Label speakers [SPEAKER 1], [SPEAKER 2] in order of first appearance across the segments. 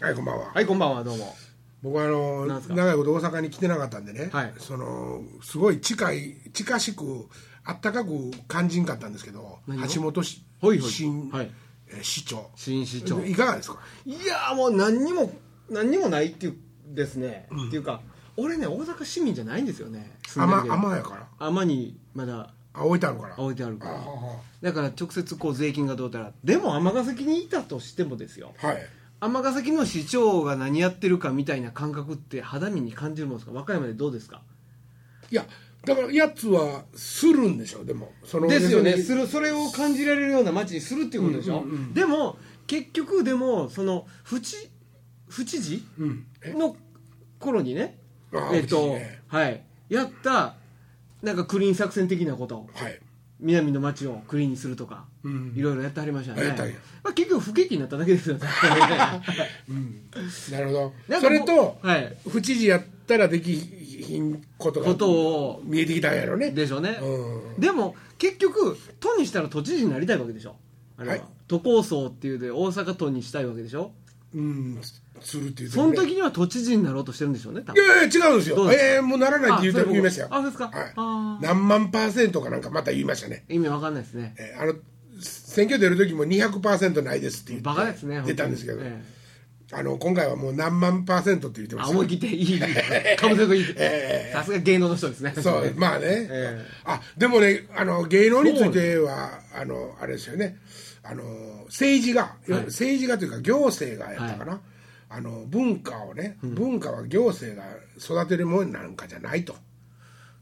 [SPEAKER 1] はいこんばんは
[SPEAKER 2] はいこんばんはどうも
[SPEAKER 1] 僕はあの
[SPEAKER 2] なんすか
[SPEAKER 1] 長いこと大阪に来てなかったんでね、
[SPEAKER 2] はい
[SPEAKER 1] そのすごい近い近しくあったかく感じんかったんですけど
[SPEAKER 2] 何を
[SPEAKER 1] 橋本市
[SPEAKER 2] ほいほい
[SPEAKER 1] 新、
[SPEAKER 2] はい
[SPEAKER 1] えー市長
[SPEAKER 2] 新市長
[SPEAKER 1] いかがですか
[SPEAKER 2] いやーもう何にも何にもないっていうですね、っていうか俺ね大阪市民じゃないんですよね住んでる
[SPEAKER 1] 甘
[SPEAKER 2] けど
[SPEAKER 1] 甘やから
[SPEAKER 2] 甘にまだ
[SPEAKER 1] あ置いてあるから
[SPEAKER 2] 置いてあるか
[SPEAKER 1] あ
[SPEAKER 2] ら
[SPEAKER 1] は
[SPEAKER 2] だから直接こう税金がどうたらでも尼崎にいたとしてもですよ
[SPEAKER 1] あはい
[SPEAKER 2] 尼崎の市長が何やってるかみたいな感覚って肌身に感じるもんですか和歌山でどうですか
[SPEAKER 1] いやだからやつはするんでしょでもその
[SPEAKER 2] ですよね
[SPEAKER 1] 別
[SPEAKER 2] す
[SPEAKER 1] に
[SPEAKER 2] るそれを感じられるような街にするっていうことでしょ、でも結局でもその府知府知事
[SPEAKER 1] うんえ
[SPEAKER 2] の頃にね
[SPEAKER 1] あー
[SPEAKER 2] え
[SPEAKER 1] 府
[SPEAKER 2] っと、
[SPEAKER 1] 知事ね
[SPEAKER 2] はいやったなんかクリーン作戦的なこと
[SPEAKER 1] はい
[SPEAKER 2] 南の街をクリーンにするとか、
[SPEAKER 1] うん
[SPEAKER 2] いろいろやってはりましたね
[SPEAKER 1] やったんや
[SPEAKER 2] まあ、結局不景気になっただけですよ ね
[SPEAKER 1] なるほど
[SPEAKER 2] な
[SPEAKER 1] そ
[SPEAKER 2] んかもう
[SPEAKER 1] れと、
[SPEAKER 2] はい
[SPEAKER 1] 府知事やったらできひんこと
[SPEAKER 2] こ
[SPEAKER 1] が
[SPEAKER 2] とを
[SPEAKER 1] 見えてきたんやろね
[SPEAKER 2] でしょうね、
[SPEAKER 1] う
[SPEAKER 2] でも結局都にしたら都知事になりたいわけでしょあれは、
[SPEAKER 1] はい
[SPEAKER 2] 都構想っていうで大阪都にしたいわけでしょ
[SPEAKER 1] うんするっていう
[SPEAKER 2] その時には都知事になろうとしてるんでしょうね多
[SPEAKER 1] い
[SPEAKER 2] 分
[SPEAKER 1] やいや違うんです
[SPEAKER 2] どう
[SPEAKER 1] よ。
[SPEAKER 2] です
[SPEAKER 1] えー、もうならないって言う
[SPEAKER 2] あ
[SPEAKER 1] た
[SPEAKER 2] そう
[SPEAKER 1] 言
[SPEAKER 2] いうこと
[SPEAKER 1] いましたよ。
[SPEAKER 2] あそうですかあ
[SPEAKER 1] は
[SPEAKER 2] ー
[SPEAKER 1] い。何万パーセントかなんかまた言いましたね。
[SPEAKER 2] 意味わかんないですね
[SPEAKER 1] えーあの選挙出る時も200%ないですって言って
[SPEAKER 2] バカですね
[SPEAKER 1] 出たんですけど、
[SPEAKER 2] 本当にえ
[SPEAKER 1] あの今回はもう何万パーセントって言ってま
[SPEAKER 2] あ
[SPEAKER 1] し
[SPEAKER 2] 思
[SPEAKER 1] た
[SPEAKER 2] い切っていいいいかぶせといい
[SPEAKER 1] え
[SPEAKER 2] さすが芸能の人ですね
[SPEAKER 1] そうまあね、
[SPEAKER 2] え
[SPEAKER 1] あでもねあの芸能についてはあのあれですよねあの政治が、
[SPEAKER 2] い
[SPEAKER 1] 政治がというか行政がやったかな、あの文化をね、文化は行政が育てるもんなんかじゃないと。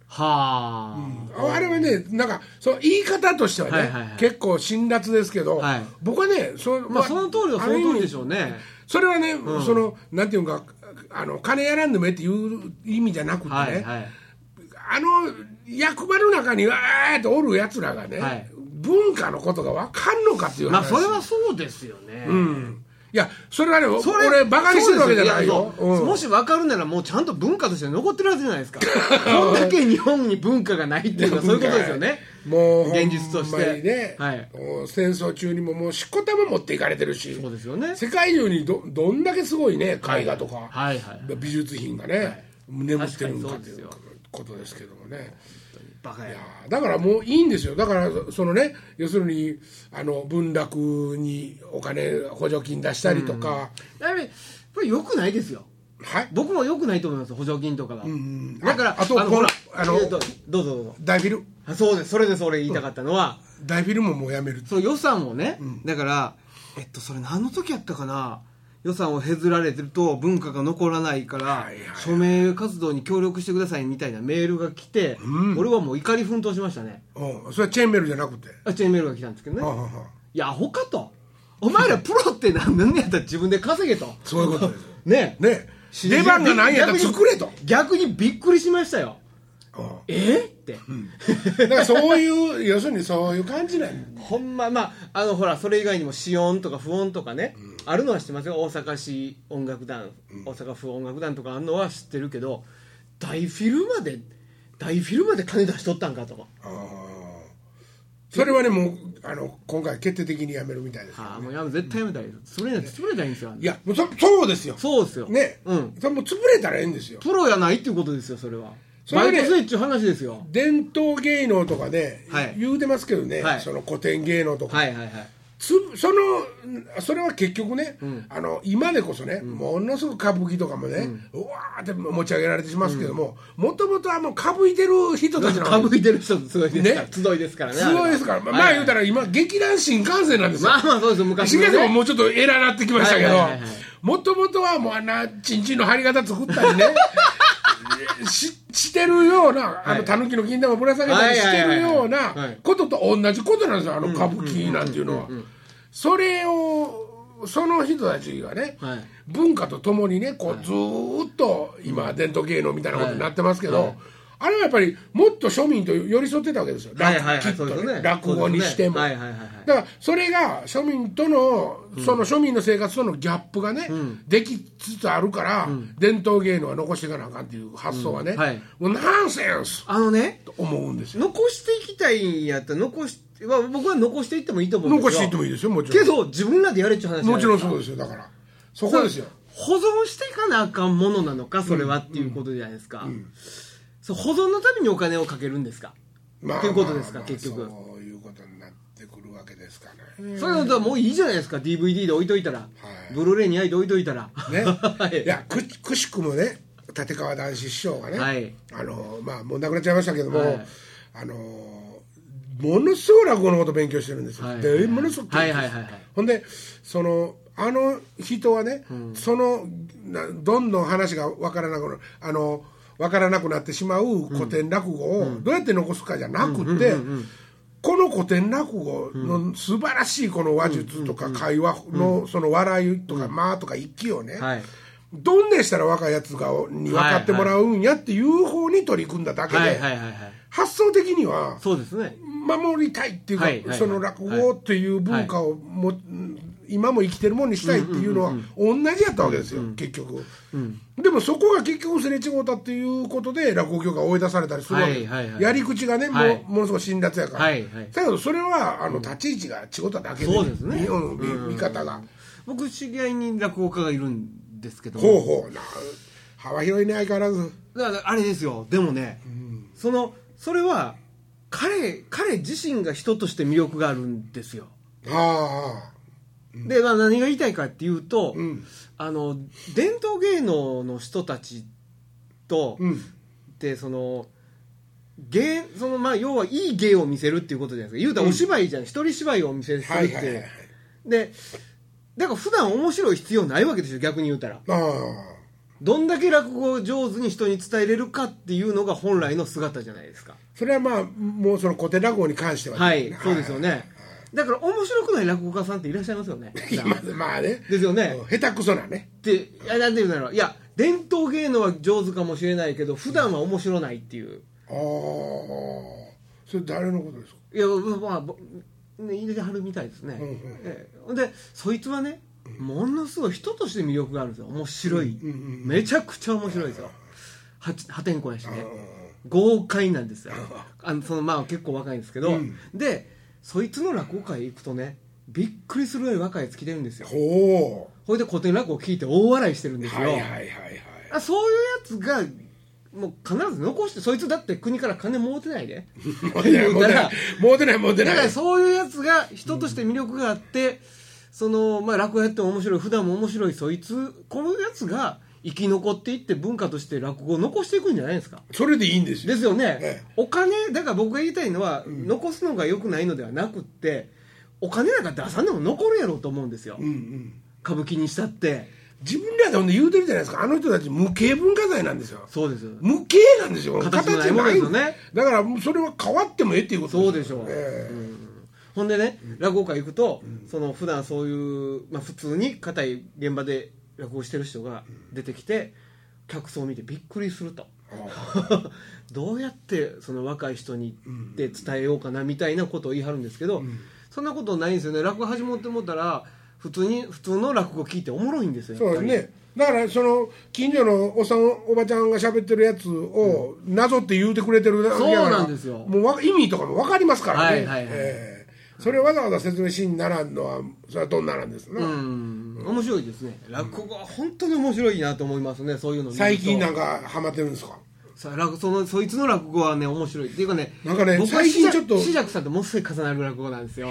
[SPEAKER 2] はあ、
[SPEAKER 1] ああれはね、なんか、その言い方としてはね、
[SPEAKER 2] はいはいはい
[SPEAKER 1] 結構辛辣ですけど、
[SPEAKER 2] はい
[SPEAKER 1] 僕はね、そ,、
[SPEAKER 2] まあその通りはその通りでしょう
[SPEAKER 1] ね。
[SPEAKER 2] ね
[SPEAKER 1] それはね、その、なんていうか、あの、金やらんでもええっていう意味じゃなくてね、
[SPEAKER 2] はいはい
[SPEAKER 1] あの、役場の中にわーっとおる奴らがね、
[SPEAKER 2] はい
[SPEAKER 1] 文化のことがわかんのかっていう話。
[SPEAKER 2] まあそれはそうですよね、
[SPEAKER 1] うん。いや、それはね、俺、バカにしてるわけじゃないよ。
[SPEAKER 2] そうです
[SPEAKER 1] うん
[SPEAKER 2] もし分かるならもうちゃんと文化として残ってるはずじゃないで すかこんだけ日本に文化がないっていうのはそういうことですよね
[SPEAKER 1] もう
[SPEAKER 2] 現実として
[SPEAKER 1] ほんまにね、
[SPEAKER 2] はい
[SPEAKER 1] もう戦争中にももうしっこ玉持っていかれてるし
[SPEAKER 2] そうですよね
[SPEAKER 1] 世界中にどどんだけすごいね絵画とか、
[SPEAKER 2] はいはいはい
[SPEAKER 1] 美術品がね、眠ってるんか
[SPEAKER 2] 確
[SPEAKER 1] っ
[SPEAKER 2] かに
[SPEAKER 1] ていう
[SPEAKER 2] そうですよ
[SPEAKER 1] ことですけどもね
[SPEAKER 2] バカ
[SPEAKER 1] い
[SPEAKER 2] や
[SPEAKER 1] やーだからもういいんですよだからそのね要するにあの文楽にお金補助金出したりとか、
[SPEAKER 2] だからやっぱり良くないですよ
[SPEAKER 1] はい
[SPEAKER 2] 僕も良くないと思います補助金とかが、
[SPEAKER 1] ん
[SPEAKER 2] だから
[SPEAKER 1] ああと
[SPEAKER 2] ほら
[SPEAKER 1] このあの
[SPEAKER 2] えーとどうぞどうぞ
[SPEAKER 1] 大フィル
[SPEAKER 2] あそうですそれです俺言いたかったのは、
[SPEAKER 1] 大フィルももうやめる
[SPEAKER 2] その予算をね、だからえっとそれ何の時やったかな予算を削られてると文化が残らないから、
[SPEAKER 1] はいはい
[SPEAKER 2] 署名活動に協力してくださいみたいなメールが来て、俺はもう怒り奮闘しましたね
[SPEAKER 1] うんそれはチェーンメールじゃなくて、
[SPEAKER 2] あチェーンメールが来たんですけどね、
[SPEAKER 1] はあはあはあ
[SPEAKER 2] いやアホかとお前らプロって何なんやったら自分で稼げと
[SPEAKER 1] そういうことです よ
[SPEAKER 2] ねえ
[SPEAKER 1] ね出番がないんやったら作れと、
[SPEAKER 2] 逆に逆にびっくりしましたよ
[SPEAKER 1] うん
[SPEAKER 2] えって、
[SPEAKER 1] だからそういう要するにそういう感じなん
[SPEAKER 2] ほんままああのほらそれ以外にも子音とか不音とかね、あるのは知ってますよ大阪市音楽団、大阪府音楽団とかあるのは知ってるけど大フィルまで大フィルまで金出しとったんかとか
[SPEAKER 1] それはねもうあの今回決定的にやめるみたいですよ
[SPEAKER 2] ああもうやめ絶対やめたらいいですそれなんて潰れたらいいんですよ
[SPEAKER 1] いやもうそそうですよ
[SPEAKER 2] そうですよ
[SPEAKER 1] ね、
[SPEAKER 2] うん
[SPEAKER 1] それもう潰れたらええんですよ
[SPEAKER 2] プロやないっていうことですよそれは
[SPEAKER 1] それはね
[SPEAKER 2] バイトせえっちゅう話ですよ
[SPEAKER 1] 伝統芸能とかね、
[SPEAKER 2] はい
[SPEAKER 1] 言うてますけどね、
[SPEAKER 2] はい
[SPEAKER 1] その古典芸能とか、
[SPEAKER 2] はいはいはい
[SPEAKER 1] つそのそれは結局ね、あの今でこそね、ものすごく歌舞伎とかもね、うわーって持ち上げられてしますけどももともとはもう歌舞いてる人たちな
[SPEAKER 2] か
[SPEAKER 1] わけ
[SPEAKER 2] ぶいてる人すごいですから、
[SPEAKER 1] ね
[SPEAKER 2] 集いですからね
[SPEAKER 1] すごいですから、まあ、まあ言うた
[SPEAKER 2] ら
[SPEAKER 1] ら今劇団新幹線なんですよ
[SPEAKER 2] まあまあそうですよ昔
[SPEAKER 1] 新
[SPEAKER 2] のね
[SPEAKER 1] 幹線ももうちょっと偉なってきましたけど
[SPEAKER 2] はいはいはいはい
[SPEAKER 1] もともとはもうあんなチンチンの張り方作ったり ねししてるようなあ
[SPEAKER 2] は
[SPEAKER 1] の
[SPEAKER 2] い
[SPEAKER 1] タヌキの銀玉ぶら下げたりしてるよう
[SPEAKER 2] はいはいはいはいは
[SPEAKER 1] ないことと同じことなんですよあの歌舞伎なんていうのは。それをその人たちがね、
[SPEAKER 2] はい
[SPEAKER 1] 文化とともにねこうずーっと今伝統芸能みたいなことになってますけど、
[SPEAKER 2] はいはい
[SPEAKER 1] あれはやっぱりもっと庶民と寄り添ってたわけですよ、
[SPEAKER 2] はいはいはい
[SPEAKER 1] きっと
[SPEAKER 2] そうです
[SPEAKER 1] ね
[SPEAKER 2] ね
[SPEAKER 1] 落語にしても、
[SPEAKER 2] そうですねはいはいはいはい
[SPEAKER 1] だからそれが庶民とのその庶民の生活とのギャップがね、できつつあるから、伝統芸能は残していかなあかんっていう発想はね、
[SPEAKER 2] うんはい
[SPEAKER 1] もうナンセンス
[SPEAKER 2] あのね
[SPEAKER 1] と思うんですよ
[SPEAKER 2] 残していきたいんやったら残しは僕は残していってもいいと思うんですよ
[SPEAKER 1] 残していってもいいですよもちろ
[SPEAKER 2] け
[SPEAKER 1] ん
[SPEAKER 2] ど自分らでやれっちゅう話じゃない
[SPEAKER 1] もちろんそうですよだからそこですよ
[SPEAKER 2] そ保存していかなあかんものなのかそれはっていうことじゃないですか、そう保存のためにお金をかけるんですか、
[SPEAKER 1] まあ
[SPEAKER 2] ということですか
[SPEAKER 1] まあまあ
[SPEAKER 2] 結局
[SPEAKER 1] そういうことになってくるわけですかね、
[SPEAKER 2] そういうのとはもういいじゃないですか DVD で置いといたら、
[SPEAKER 1] い
[SPEAKER 2] ブルーレイに焼いて置いといたら、
[SPEAKER 1] ね
[SPEAKER 2] はい
[SPEAKER 1] いやくくしくもね立川談志師匠がね、
[SPEAKER 2] はい
[SPEAKER 1] あのまあ、もう亡くなっちゃいましたけども、
[SPEAKER 2] はい
[SPEAKER 1] あのものすごい落語のこと勉強してるんですよ、
[SPEAKER 2] はい
[SPEAKER 1] でものすごく
[SPEAKER 2] はいはいはいはい
[SPEAKER 1] ほんでそのあの人はね、そのなどんどん話が分からなくなるあの分からなくなってしまう古典落語をどうやって残すかじゃなくって、この古典落語の素晴らしいこの話術とか会話のその笑いとか間とか息をね、
[SPEAKER 2] はい
[SPEAKER 1] どんねしたら若いやつがに分かってもらうんやっていう方に取り組んだだけで、
[SPEAKER 2] はいはいはいはい
[SPEAKER 1] 発想的には
[SPEAKER 2] そうですね
[SPEAKER 1] 守りたいっていうか、
[SPEAKER 2] はいはいはい
[SPEAKER 1] その落語っていう文化をも、今も生きてるもんにしたいっていうのは同じやったわけですよ、結局、でもそこが結局すれ違うたっていうことで落語業が追い出されたりするわけです、
[SPEAKER 2] はいはいはい
[SPEAKER 1] やり口がね、
[SPEAKER 2] は
[SPEAKER 1] も
[SPEAKER 2] いう
[SPEAKER 1] ものすごい辛辣やから、
[SPEAKER 2] はいはい
[SPEAKER 1] だけどそれはあの立ち位置が違っただけで,、
[SPEAKER 2] そうですね
[SPEAKER 1] 見よう見見方が、
[SPEAKER 2] 僕知り合いに落語家がいるんですけど
[SPEAKER 1] ほうほうな幅広いね相変わらず
[SPEAKER 2] だからあれですよでもね、そのそれは彼彼自身が人として魅力があるんですよ、
[SPEAKER 1] ああ
[SPEAKER 2] で、まあ、何が言いたいかっていうと、
[SPEAKER 1] ん
[SPEAKER 2] あの伝統芸能の人たちと、
[SPEAKER 1] うん
[SPEAKER 2] でその芸そのまあ要はいい芸を見せるっていうことじゃないですか言うたらお芝居じゃん、一人芝居を見せるって、
[SPEAKER 1] はいはいはいはい
[SPEAKER 2] でだから普段面白い必要ないわけですよ逆に言うたら
[SPEAKER 1] ああ
[SPEAKER 2] どんだけ落語を上手に人に伝えれるかっていうのが本来の姿じゃないですか
[SPEAKER 1] それはまあもうその古典落語に関してはね
[SPEAKER 2] はい、そうですよねだから面白くない落語家さんっていらっしゃいますよね
[SPEAKER 1] 今まあね
[SPEAKER 2] ですよね
[SPEAKER 1] 下手くそなね
[SPEAKER 2] っていやなんていうんだろういや伝統芸能は上手かもしれないけど普段は面白ないっていう
[SPEAKER 1] ああそれ誰のことですか
[SPEAKER 2] いやまあぼね入れてはるみたいですね、
[SPEAKER 1] んうん
[SPEAKER 2] ええでそいつはねものすごい人として魅力があるんですよ面白い、
[SPEAKER 1] うんうん
[SPEAKER 2] めちゃくちゃ面白いですよは破天荒やしね
[SPEAKER 1] うんうん
[SPEAKER 2] 豪快なんですよあのそのまあ結構若いんですけど、でそいつの落語会行くとねびっくりするぐらい若いやつ来てるんですよ
[SPEAKER 1] ほ
[SPEAKER 2] ほいで古典落語聞いて大笑いしてるん
[SPEAKER 1] う
[SPEAKER 2] ですよ、
[SPEAKER 1] はいはいはいはい
[SPEAKER 2] あそういうやつがもう必ず残してそいつだって国から金儲けてないで
[SPEAKER 1] モテ ないモテないモテないモテ
[SPEAKER 2] だ
[SPEAKER 1] な
[SPEAKER 2] か
[SPEAKER 1] い
[SPEAKER 2] らそういうやつが人として魅力があって、そのまあ落語やっても面白い普段も面白いそいつこのやつが生き残っていって文化として落語を残していくんじゃないですか
[SPEAKER 1] それでいいんですよ
[SPEAKER 2] ですよね、
[SPEAKER 1] ええ
[SPEAKER 2] お金だから僕が言いたいのは、残すのが良くないのではなくってお金なんか出さんでも残るやろうと思うんですよ、
[SPEAKER 1] うんうん
[SPEAKER 2] 歌舞伎にしたって
[SPEAKER 1] 自分らでほんで言うてるじゃないですかあの人たち無形文化財なんですよ
[SPEAKER 2] そうですよ
[SPEAKER 1] 無形なんですよ
[SPEAKER 2] 形ないものですよね
[SPEAKER 1] だからもうそれは変わってもええっていうこと
[SPEAKER 2] そうでしょう、
[SPEAKER 1] ええ
[SPEAKER 2] うんほんでね落語会行くと、その普段そういう、まあ、普通に硬い現場で落語してる人が出てきて、客層を見てびっくりすると どうやってその若い人にって伝えようかなみたいなことを言い張るんですけど、そんなことないんですよね落語始まってもったら普通に普通の落語聞いておもろいんですよ
[SPEAKER 1] そ
[SPEAKER 2] や
[SPEAKER 1] うです
[SPEAKER 2] っぱり
[SPEAKER 1] ねだからその近所のおっさんおばちゃんが喋ってるやつをなぞって言うてくれてるだけやから
[SPEAKER 2] そうなんですよ
[SPEAKER 1] もうわ意味とかも分かりますからね、
[SPEAKER 2] はいはい
[SPEAKER 1] え
[SPEAKER 2] はい
[SPEAKER 1] えそれをわざわざ説明しにならんのはそれはどんななんですね、
[SPEAKER 2] うん面白いですね落語は本当に面白いなと思いますねそういうの見ると
[SPEAKER 1] 最近なんかハマってるんですか
[SPEAKER 2] さ落そのそいつの落語はね面白いっていうかね
[SPEAKER 1] なんかね
[SPEAKER 2] 僕は
[SPEAKER 1] 最近ちょっと
[SPEAKER 2] 紫尺さんともうすぐ重なる落語なんですよ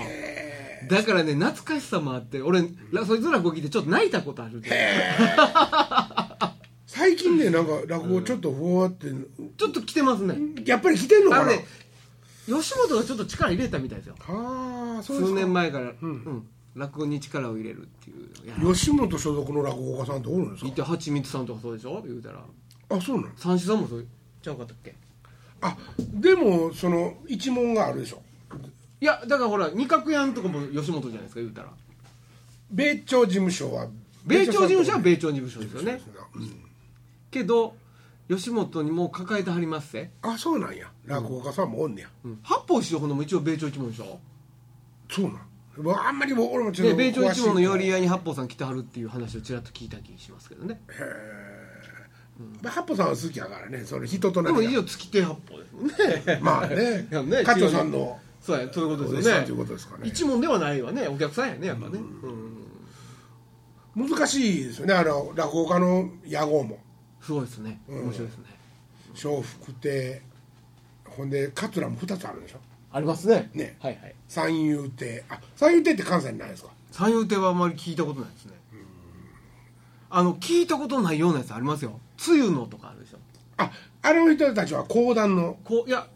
[SPEAKER 2] だからね懐かしさもあって俺らそいつの落語聞いてちょっと泣いたことある
[SPEAKER 1] 最近ねなんか落語ちょっとふわって、
[SPEAKER 2] ちょっと来てますね
[SPEAKER 1] やっぱり来てんの
[SPEAKER 2] あ
[SPEAKER 1] か
[SPEAKER 2] の
[SPEAKER 1] な
[SPEAKER 2] ね吉本がちょっと力入れたみたいですよ
[SPEAKER 1] ああそうです
[SPEAKER 2] 数
[SPEAKER 1] か
[SPEAKER 2] 年前から、うん落語に力を入れるっていういや
[SPEAKER 1] 吉本所属の落語家さんっておるんです
[SPEAKER 2] い
[SPEAKER 1] か
[SPEAKER 2] てはちみつさんとかそうでしょ言うたら
[SPEAKER 1] あそうなの
[SPEAKER 2] 三枝さんもそうちゃうかったっけ
[SPEAKER 1] あでもその一問があるでしょ
[SPEAKER 2] いやだからほら二角屋んとかも吉本じゃないですか言うたら
[SPEAKER 1] 米朝事務所は
[SPEAKER 2] 米朝事務所は
[SPEAKER 1] 米
[SPEAKER 2] 米朝事務所ですよね
[SPEAKER 1] 朝さんとこ
[SPEAKER 2] けど吉本にもう抱えてはりますせ、
[SPEAKER 1] あそうなんや落語家さんもおんねや、
[SPEAKER 2] 八方師匠ほんのも一応米朝一門でしょ
[SPEAKER 1] そうなんもうあんまりも俺もちょっ
[SPEAKER 2] で
[SPEAKER 1] と
[SPEAKER 2] 米朝一門の寄り
[SPEAKER 1] や
[SPEAKER 2] 合いに八方さん来てはるっていう話をちらっと聞いた気しますけどね
[SPEAKER 1] 八方さんは好きやからねそれ人と
[SPEAKER 2] で
[SPEAKER 1] な
[SPEAKER 2] も
[SPEAKER 1] り
[SPEAKER 2] 以
[SPEAKER 1] が
[SPEAKER 2] 上月亭八方ですもんね
[SPEAKER 1] まあね
[SPEAKER 2] いやね
[SPEAKER 1] 加藤さんの
[SPEAKER 2] そうやそういうこと
[SPEAKER 1] お
[SPEAKER 2] で
[SPEAKER 1] 弟
[SPEAKER 2] す
[SPEAKER 1] 子
[SPEAKER 2] よ
[SPEAKER 1] さん
[SPEAKER 2] ね
[SPEAKER 1] ということですかね
[SPEAKER 2] 一門ではないわねお客さんやねやっぱねうん
[SPEAKER 1] 難しいですよねあの落語家の屋号も
[SPEAKER 2] すごいですね面白いですね、
[SPEAKER 1] 笑福亭ほんで桂も2つあるでしょ
[SPEAKER 2] ありますね
[SPEAKER 1] ね
[SPEAKER 2] はいはい
[SPEAKER 1] 三遊亭あ三遊亭って関西にないですか
[SPEAKER 2] 三遊亭はあまり聞いたことないですねあの聞いたことないようなやつありますよ「つゆの」とかあるでしょ
[SPEAKER 1] ああの人たちは講談の
[SPEAKER 2] こういや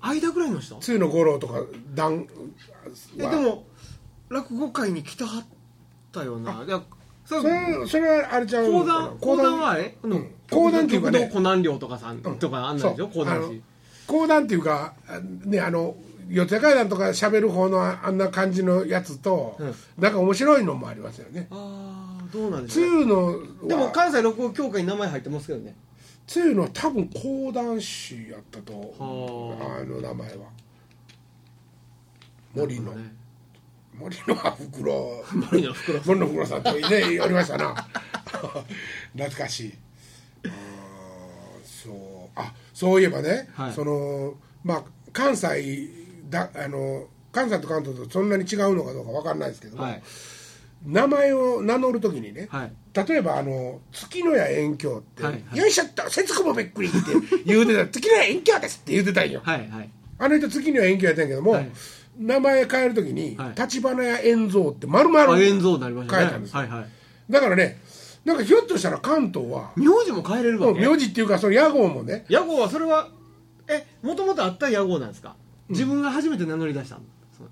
[SPEAKER 2] 間ぐらいの人
[SPEAKER 1] 通の五郎とか談
[SPEAKER 2] えでも落語界に来たはったよないやそ
[SPEAKER 1] それそれはあれちゃう
[SPEAKER 2] 講談講談はあれあの
[SPEAKER 1] うん講談っていうかね
[SPEAKER 2] 極道コナン寮とかさんとかあんなんでしょ
[SPEAKER 1] そ
[SPEAKER 2] 講
[SPEAKER 1] う
[SPEAKER 2] 談
[SPEAKER 1] あの
[SPEAKER 2] 師
[SPEAKER 1] 講談っていうかあねあの四谷怪談とか喋る方のああんな感じのやつと、
[SPEAKER 2] うん
[SPEAKER 1] なんか面白いのもありますよね
[SPEAKER 2] ああどうなんでしょうね
[SPEAKER 1] 通の
[SPEAKER 2] でも
[SPEAKER 1] は
[SPEAKER 2] 関西落語協会に名前入ってますけどね
[SPEAKER 1] 通のは多分講談師やったと
[SPEAKER 2] は
[SPEAKER 1] あの名前は森の、
[SPEAKER 2] なんかね
[SPEAKER 1] 森のは袋
[SPEAKER 2] 森の袋
[SPEAKER 1] 森の袋さんとねおりましたな 懐かしいあーそうあそういえばね、
[SPEAKER 2] はい
[SPEAKER 1] そのまあ関西だあの関西と関東とそんなに違うのかどうか分かんないですけども、
[SPEAKER 2] はい
[SPEAKER 1] 名前を名乗る時にね、
[SPEAKER 2] はい
[SPEAKER 1] 例えばあの「月の矢遠鏡」って、
[SPEAKER 2] はいはい
[SPEAKER 1] よいしょっと節子もびっくり」って言うてた「 月の矢遠鏡です」って言うてたんよ、
[SPEAKER 2] はいはい
[SPEAKER 1] あの人月には遠鏡やったんやけども、
[SPEAKER 2] はい
[SPEAKER 1] 名前変えるときに
[SPEAKER 2] はい
[SPEAKER 1] 立花屋円蔵って丸々
[SPEAKER 2] あ円蔵になりましたね
[SPEAKER 1] 変えたんですよ
[SPEAKER 2] はいはい
[SPEAKER 1] だからねなんかひょっとしたら関東は
[SPEAKER 2] 名字も変えれる
[SPEAKER 1] も
[SPEAKER 2] わ
[SPEAKER 1] う
[SPEAKER 2] け
[SPEAKER 1] 名字っていうかその屋号もね
[SPEAKER 2] 屋号はそれはえもともとあった屋号なんですか自分が初めて名乗り出したのその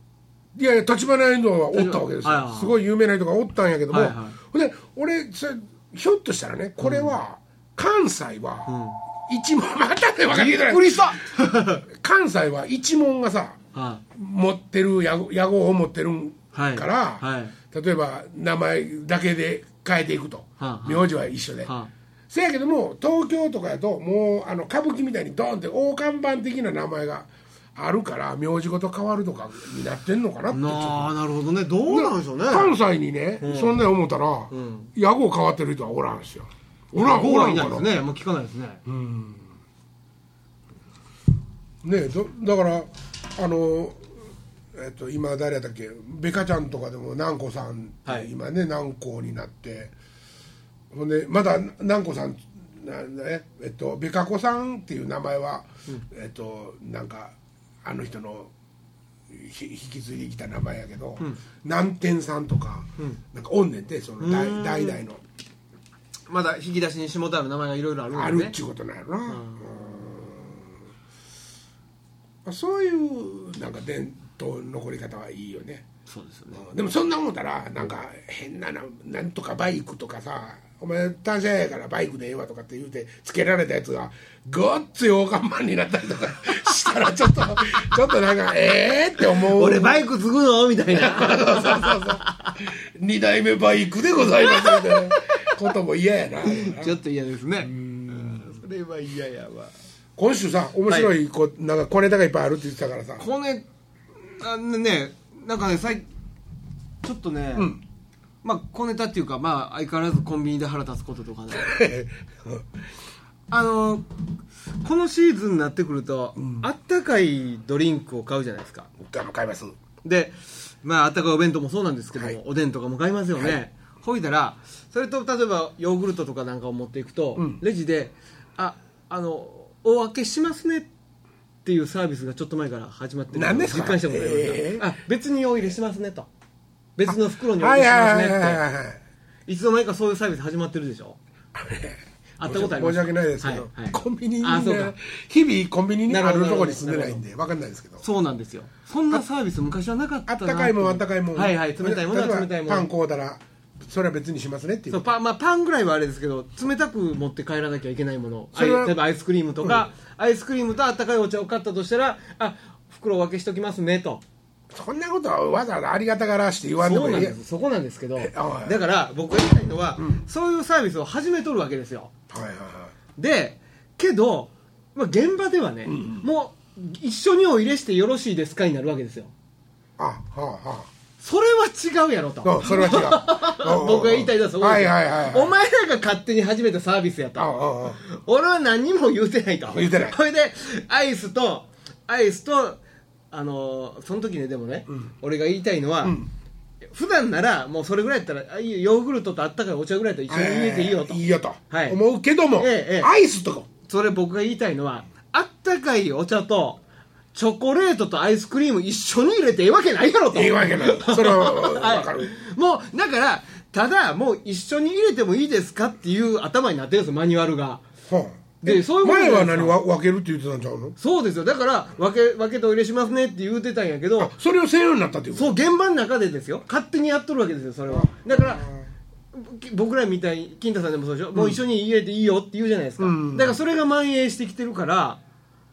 [SPEAKER 1] いやいや立花屋円蔵はおったわけです
[SPEAKER 2] はいはい
[SPEAKER 1] よ
[SPEAKER 2] はい
[SPEAKER 1] すごい有名な人がおったんやけども、
[SPEAKER 2] はいはい
[SPEAKER 1] ほんで俺それひょっとしたらねこれは関西は一門、 またね分かりづらい
[SPEAKER 2] びっくりした
[SPEAKER 1] 関西は一門がさ
[SPEAKER 2] は
[SPEAKER 1] 持ってる屋号屋号を持ってるん
[SPEAKER 2] はい
[SPEAKER 1] から、
[SPEAKER 2] はい
[SPEAKER 1] 例えば名前だけで変えていくと、
[SPEAKER 2] はあ
[SPEAKER 1] 名字は一緒で、
[SPEAKER 2] はあ
[SPEAKER 1] せやけども東京とかやともうあの歌舞伎みたいにドーンって大看板的な名前があるから名字ごと変わるとかになってんのかなってちょっと
[SPEAKER 2] なあなるほどねどうなんでしょうね
[SPEAKER 1] 関西にね、そんなに思ったら、
[SPEAKER 2] ん
[SPEAKER 1] 屋号変わってる人はおらんすよおらん
[SPEAKER 2] ゴ
[SPEAKER 1] お
[SPEAKER 2] ー
[SPEAKER 1] ら
[SPEAKER 2] ラ
[SPEAKER 1] ん
[SPEAKER 2] い
[SPEAKER 1] か
[SPEAKER 2] ない
[SPEAKER 1] ら
[SPEAKER 2] です
[SPEAKER 1] ね
[SPEAKER 2] ねもう聞かないですね
[SPEAKER 1] どだからあのえっと今誰やったっけベカちゃんとかでも南光さん、
[SPEAKER 2] はい
[SPEAKER 1] 今ね南光になってほんでまだ南光さんなねえっとベカ子さんっていう名前は、えっとなんかあの人のひ引き継いできた名前やけど、南天さんとか、なんかおんねんてその代代々の。
[SPEAKER 2] まだ引き出しに下田の名前がいろいろあるん
[SPEAKER 1] あ
[SPEAKER 2] で
[SPEAKER 1] る
[SPEAKER 2] ね
[SPEAKER 1] っちゅうことなんやろな、うんまあ、そういうなんか伝統の残り方はいいよね、
[SPEAKER 2] そうですよね
[SPEAKER 1] うんでもそんな思ったらなんか変なななんとかバイクとかさお前単車やからバイクでええわとかって言うてつけられたやつがごっつい大看板になったりとかしたらちょっとちょっとなんかええって思う
[SPEAKER 2] 俺バイク継ぐのみたいな
[SPEAKER 1] そうそうそうそう二代目バイクでございますみたいなことも嫌やな
[SPEAKER 2] ちょっと嫌ですねうんそれは嫌やわ
[SPEAKER 1] 今週さ面白いこ、なんか小ネタがいっぱいあるって言ってた からさ
[SPEAKER 2] これあのねなんかね最ちょっとね、まあ小ネタっていうかまあ相変わらずコンビニで腹立つこととかねあのこのシーズンになってくると、あったかいドリンクを買うじゃないですか
[SPEAKER 1] ガム買います
[SPEAKER 2] でまああったかいお弁当もそうなんですけども、
[SPEAKER 1] はい
[SPEAKER 2] おでんとかも買いますよね、ほいだらそれと例えばヨーグルトとかなんかを持っていくと、レジで「ああのお分けしますね」っていうサービスがちょっと前から始まってるのを
[SPEAKER 1] 何ですか
[SPEAKER 2] 実感したことがありました、
[SPEAKER 1] ええ
[SPEAKER 2] あ別にお入れしますねと別の袋にお
[SPEAKER 1] は
[SPEAKER 2] 入
[SPEAKER 1] い
[SPEAKER 2] れし
[SPEAKER 1] はい
[SPEAKER 2] ます
[SPEAKER 1] はい
[SPEAKER 2] ね
[SPEAKER 1] はい
[SPEAKER 2] っ
[SPEAKER 1] はい
[SPEAKER 2] ていつの間にかそういうサービス始まってるでしょ あったことありま
[SPEAKER 1] 申し
[SPEAKER 2] す
[SPEAKER 1] 訳ないですけど、
[SPEAKER 2] はいはい
[SPEAKER 1] コンビニに
[SPEAKER 2] あそう
[SPEAKER 1] ね
[SPEAKER 2] か
[SPEAKER 1] 日々コンビニに
[SPEAKER 2] なる
[SPEAKER 1] あ
[SPEAKER 2] ほど
[SPEAKER 1] るとこに住んでないんで分かんないですけど
[SPEAKER 2] そうなんですよそんなサービス昔はなかった
[SPEAKER 1] あ
[SPEAKER 2] な
[SPEAKER 1] ったかいもんあったかいもん
[SPEAKER 2] はいはい冷たいもの
[SPEAKER 1] 例えば
[SPEAKER 2] は冷たいもの
[SPEAKER 1] パン買うたらそれは別にしますねってい
[SPEAKER 2] そううパンまあ、パンぐらいはあれですけど冷たく持って帰らなきゃいけないものあ
[SPEAKER 1] そ
[SPEAKER 2] い
[SPEAKER 1] れは
[SPEAKER 2] 例えばアイスクリームとか、アイスクリームとあったかいお茶を買ったとしたらあ袋を分けしときますねと
[SPEAKER 1] そんなことはわざわざありがたがらして言わんで
[SPEAKER 2] そ
[SPEAKER 1] も
[SPEAKER 2] うないん
[SPEAKER 1] い
[SPEAKER 2] ですそこなんですけど
[SPEAKER 1] あはい
[SPEAKER 2] だから僕が言いたいのは、そういうサービスを始めとるわけですよ
[SPEAKER 1] はいはいはい
[SPEAKER 2] でけど、まあ、現場ではね、もう一緒にお入れしてよろしいですかになるわけですよ
[SPEAKER 1] あはあは
[SPEAKER 2] それは違うやろと
[SPEAKER 1] あうんそれは違う
[SPEAKER 2] 僕が言いたいのはそこです
[SPEAKER 1] はいはいはい
[SPEAKER 2] お前らが勝手に始めたサービスやと
[SPEAKER 1] あああ
[SPEAKER 2] 俺は何も言うてないと
[SPEAKER 1] 言うてない
[SPEAKER 2] これでアイスとアイスとあのーその時ねでもね、俺が言いたいのは、普段ならもうそれぐらいやったらあいいよヨーグルトとあったかいお茶ぐらいだったら一緒に入れていいよと、
[SPEAKER 1] えーいいよと、
[SPEAKER 2] はい
[SPEAKER 1] 思うけども、
[SPEAKER 2] ええええ
[SPEAKER 1] アイスとか
[SPEAKER 2] それ僕が言いたいのはあったかいお茶とチョコレートとアイスクリーム一緒に入れてええわけないやろと
[SPEAKER 1] ええわけないそれは分
[SPEAKER 2] はい
[SPEAKER 1] かる、
[SPEAKER 2] もうだからただもう一緒に入れてもいいですかっていう頭になってるんですよマニュアルが
[SPEAKER 1] はあ
[SPEAKER 2] で
[SPEAKER 1] え
[SPEAKER 2] そういうこと
[SPEAKER 1] 前
[SPEAKER 2] じ
[SPEAKER 1] は
[SPEAKER 2] ゃな
[SPEAKER 1] い
[SPEAKER 2] ですか
[SPEAKER 1] 何わ分けるって言ってたんちゃうの
[SPEAKER 2] そうですよだから分け分けてお入れしますねって言うてたんやけど
[SPEAKER 1] あそれをせんようになったっていうこと
[SPEAKER 2] そう現場の中でですよ勝手にやっとるわけですよそれはだからき僕らみたいに金太さんでもそうでしょ、もう一緒に入れていいよって言うじゃないですか、だからそれが蔓延してきてるから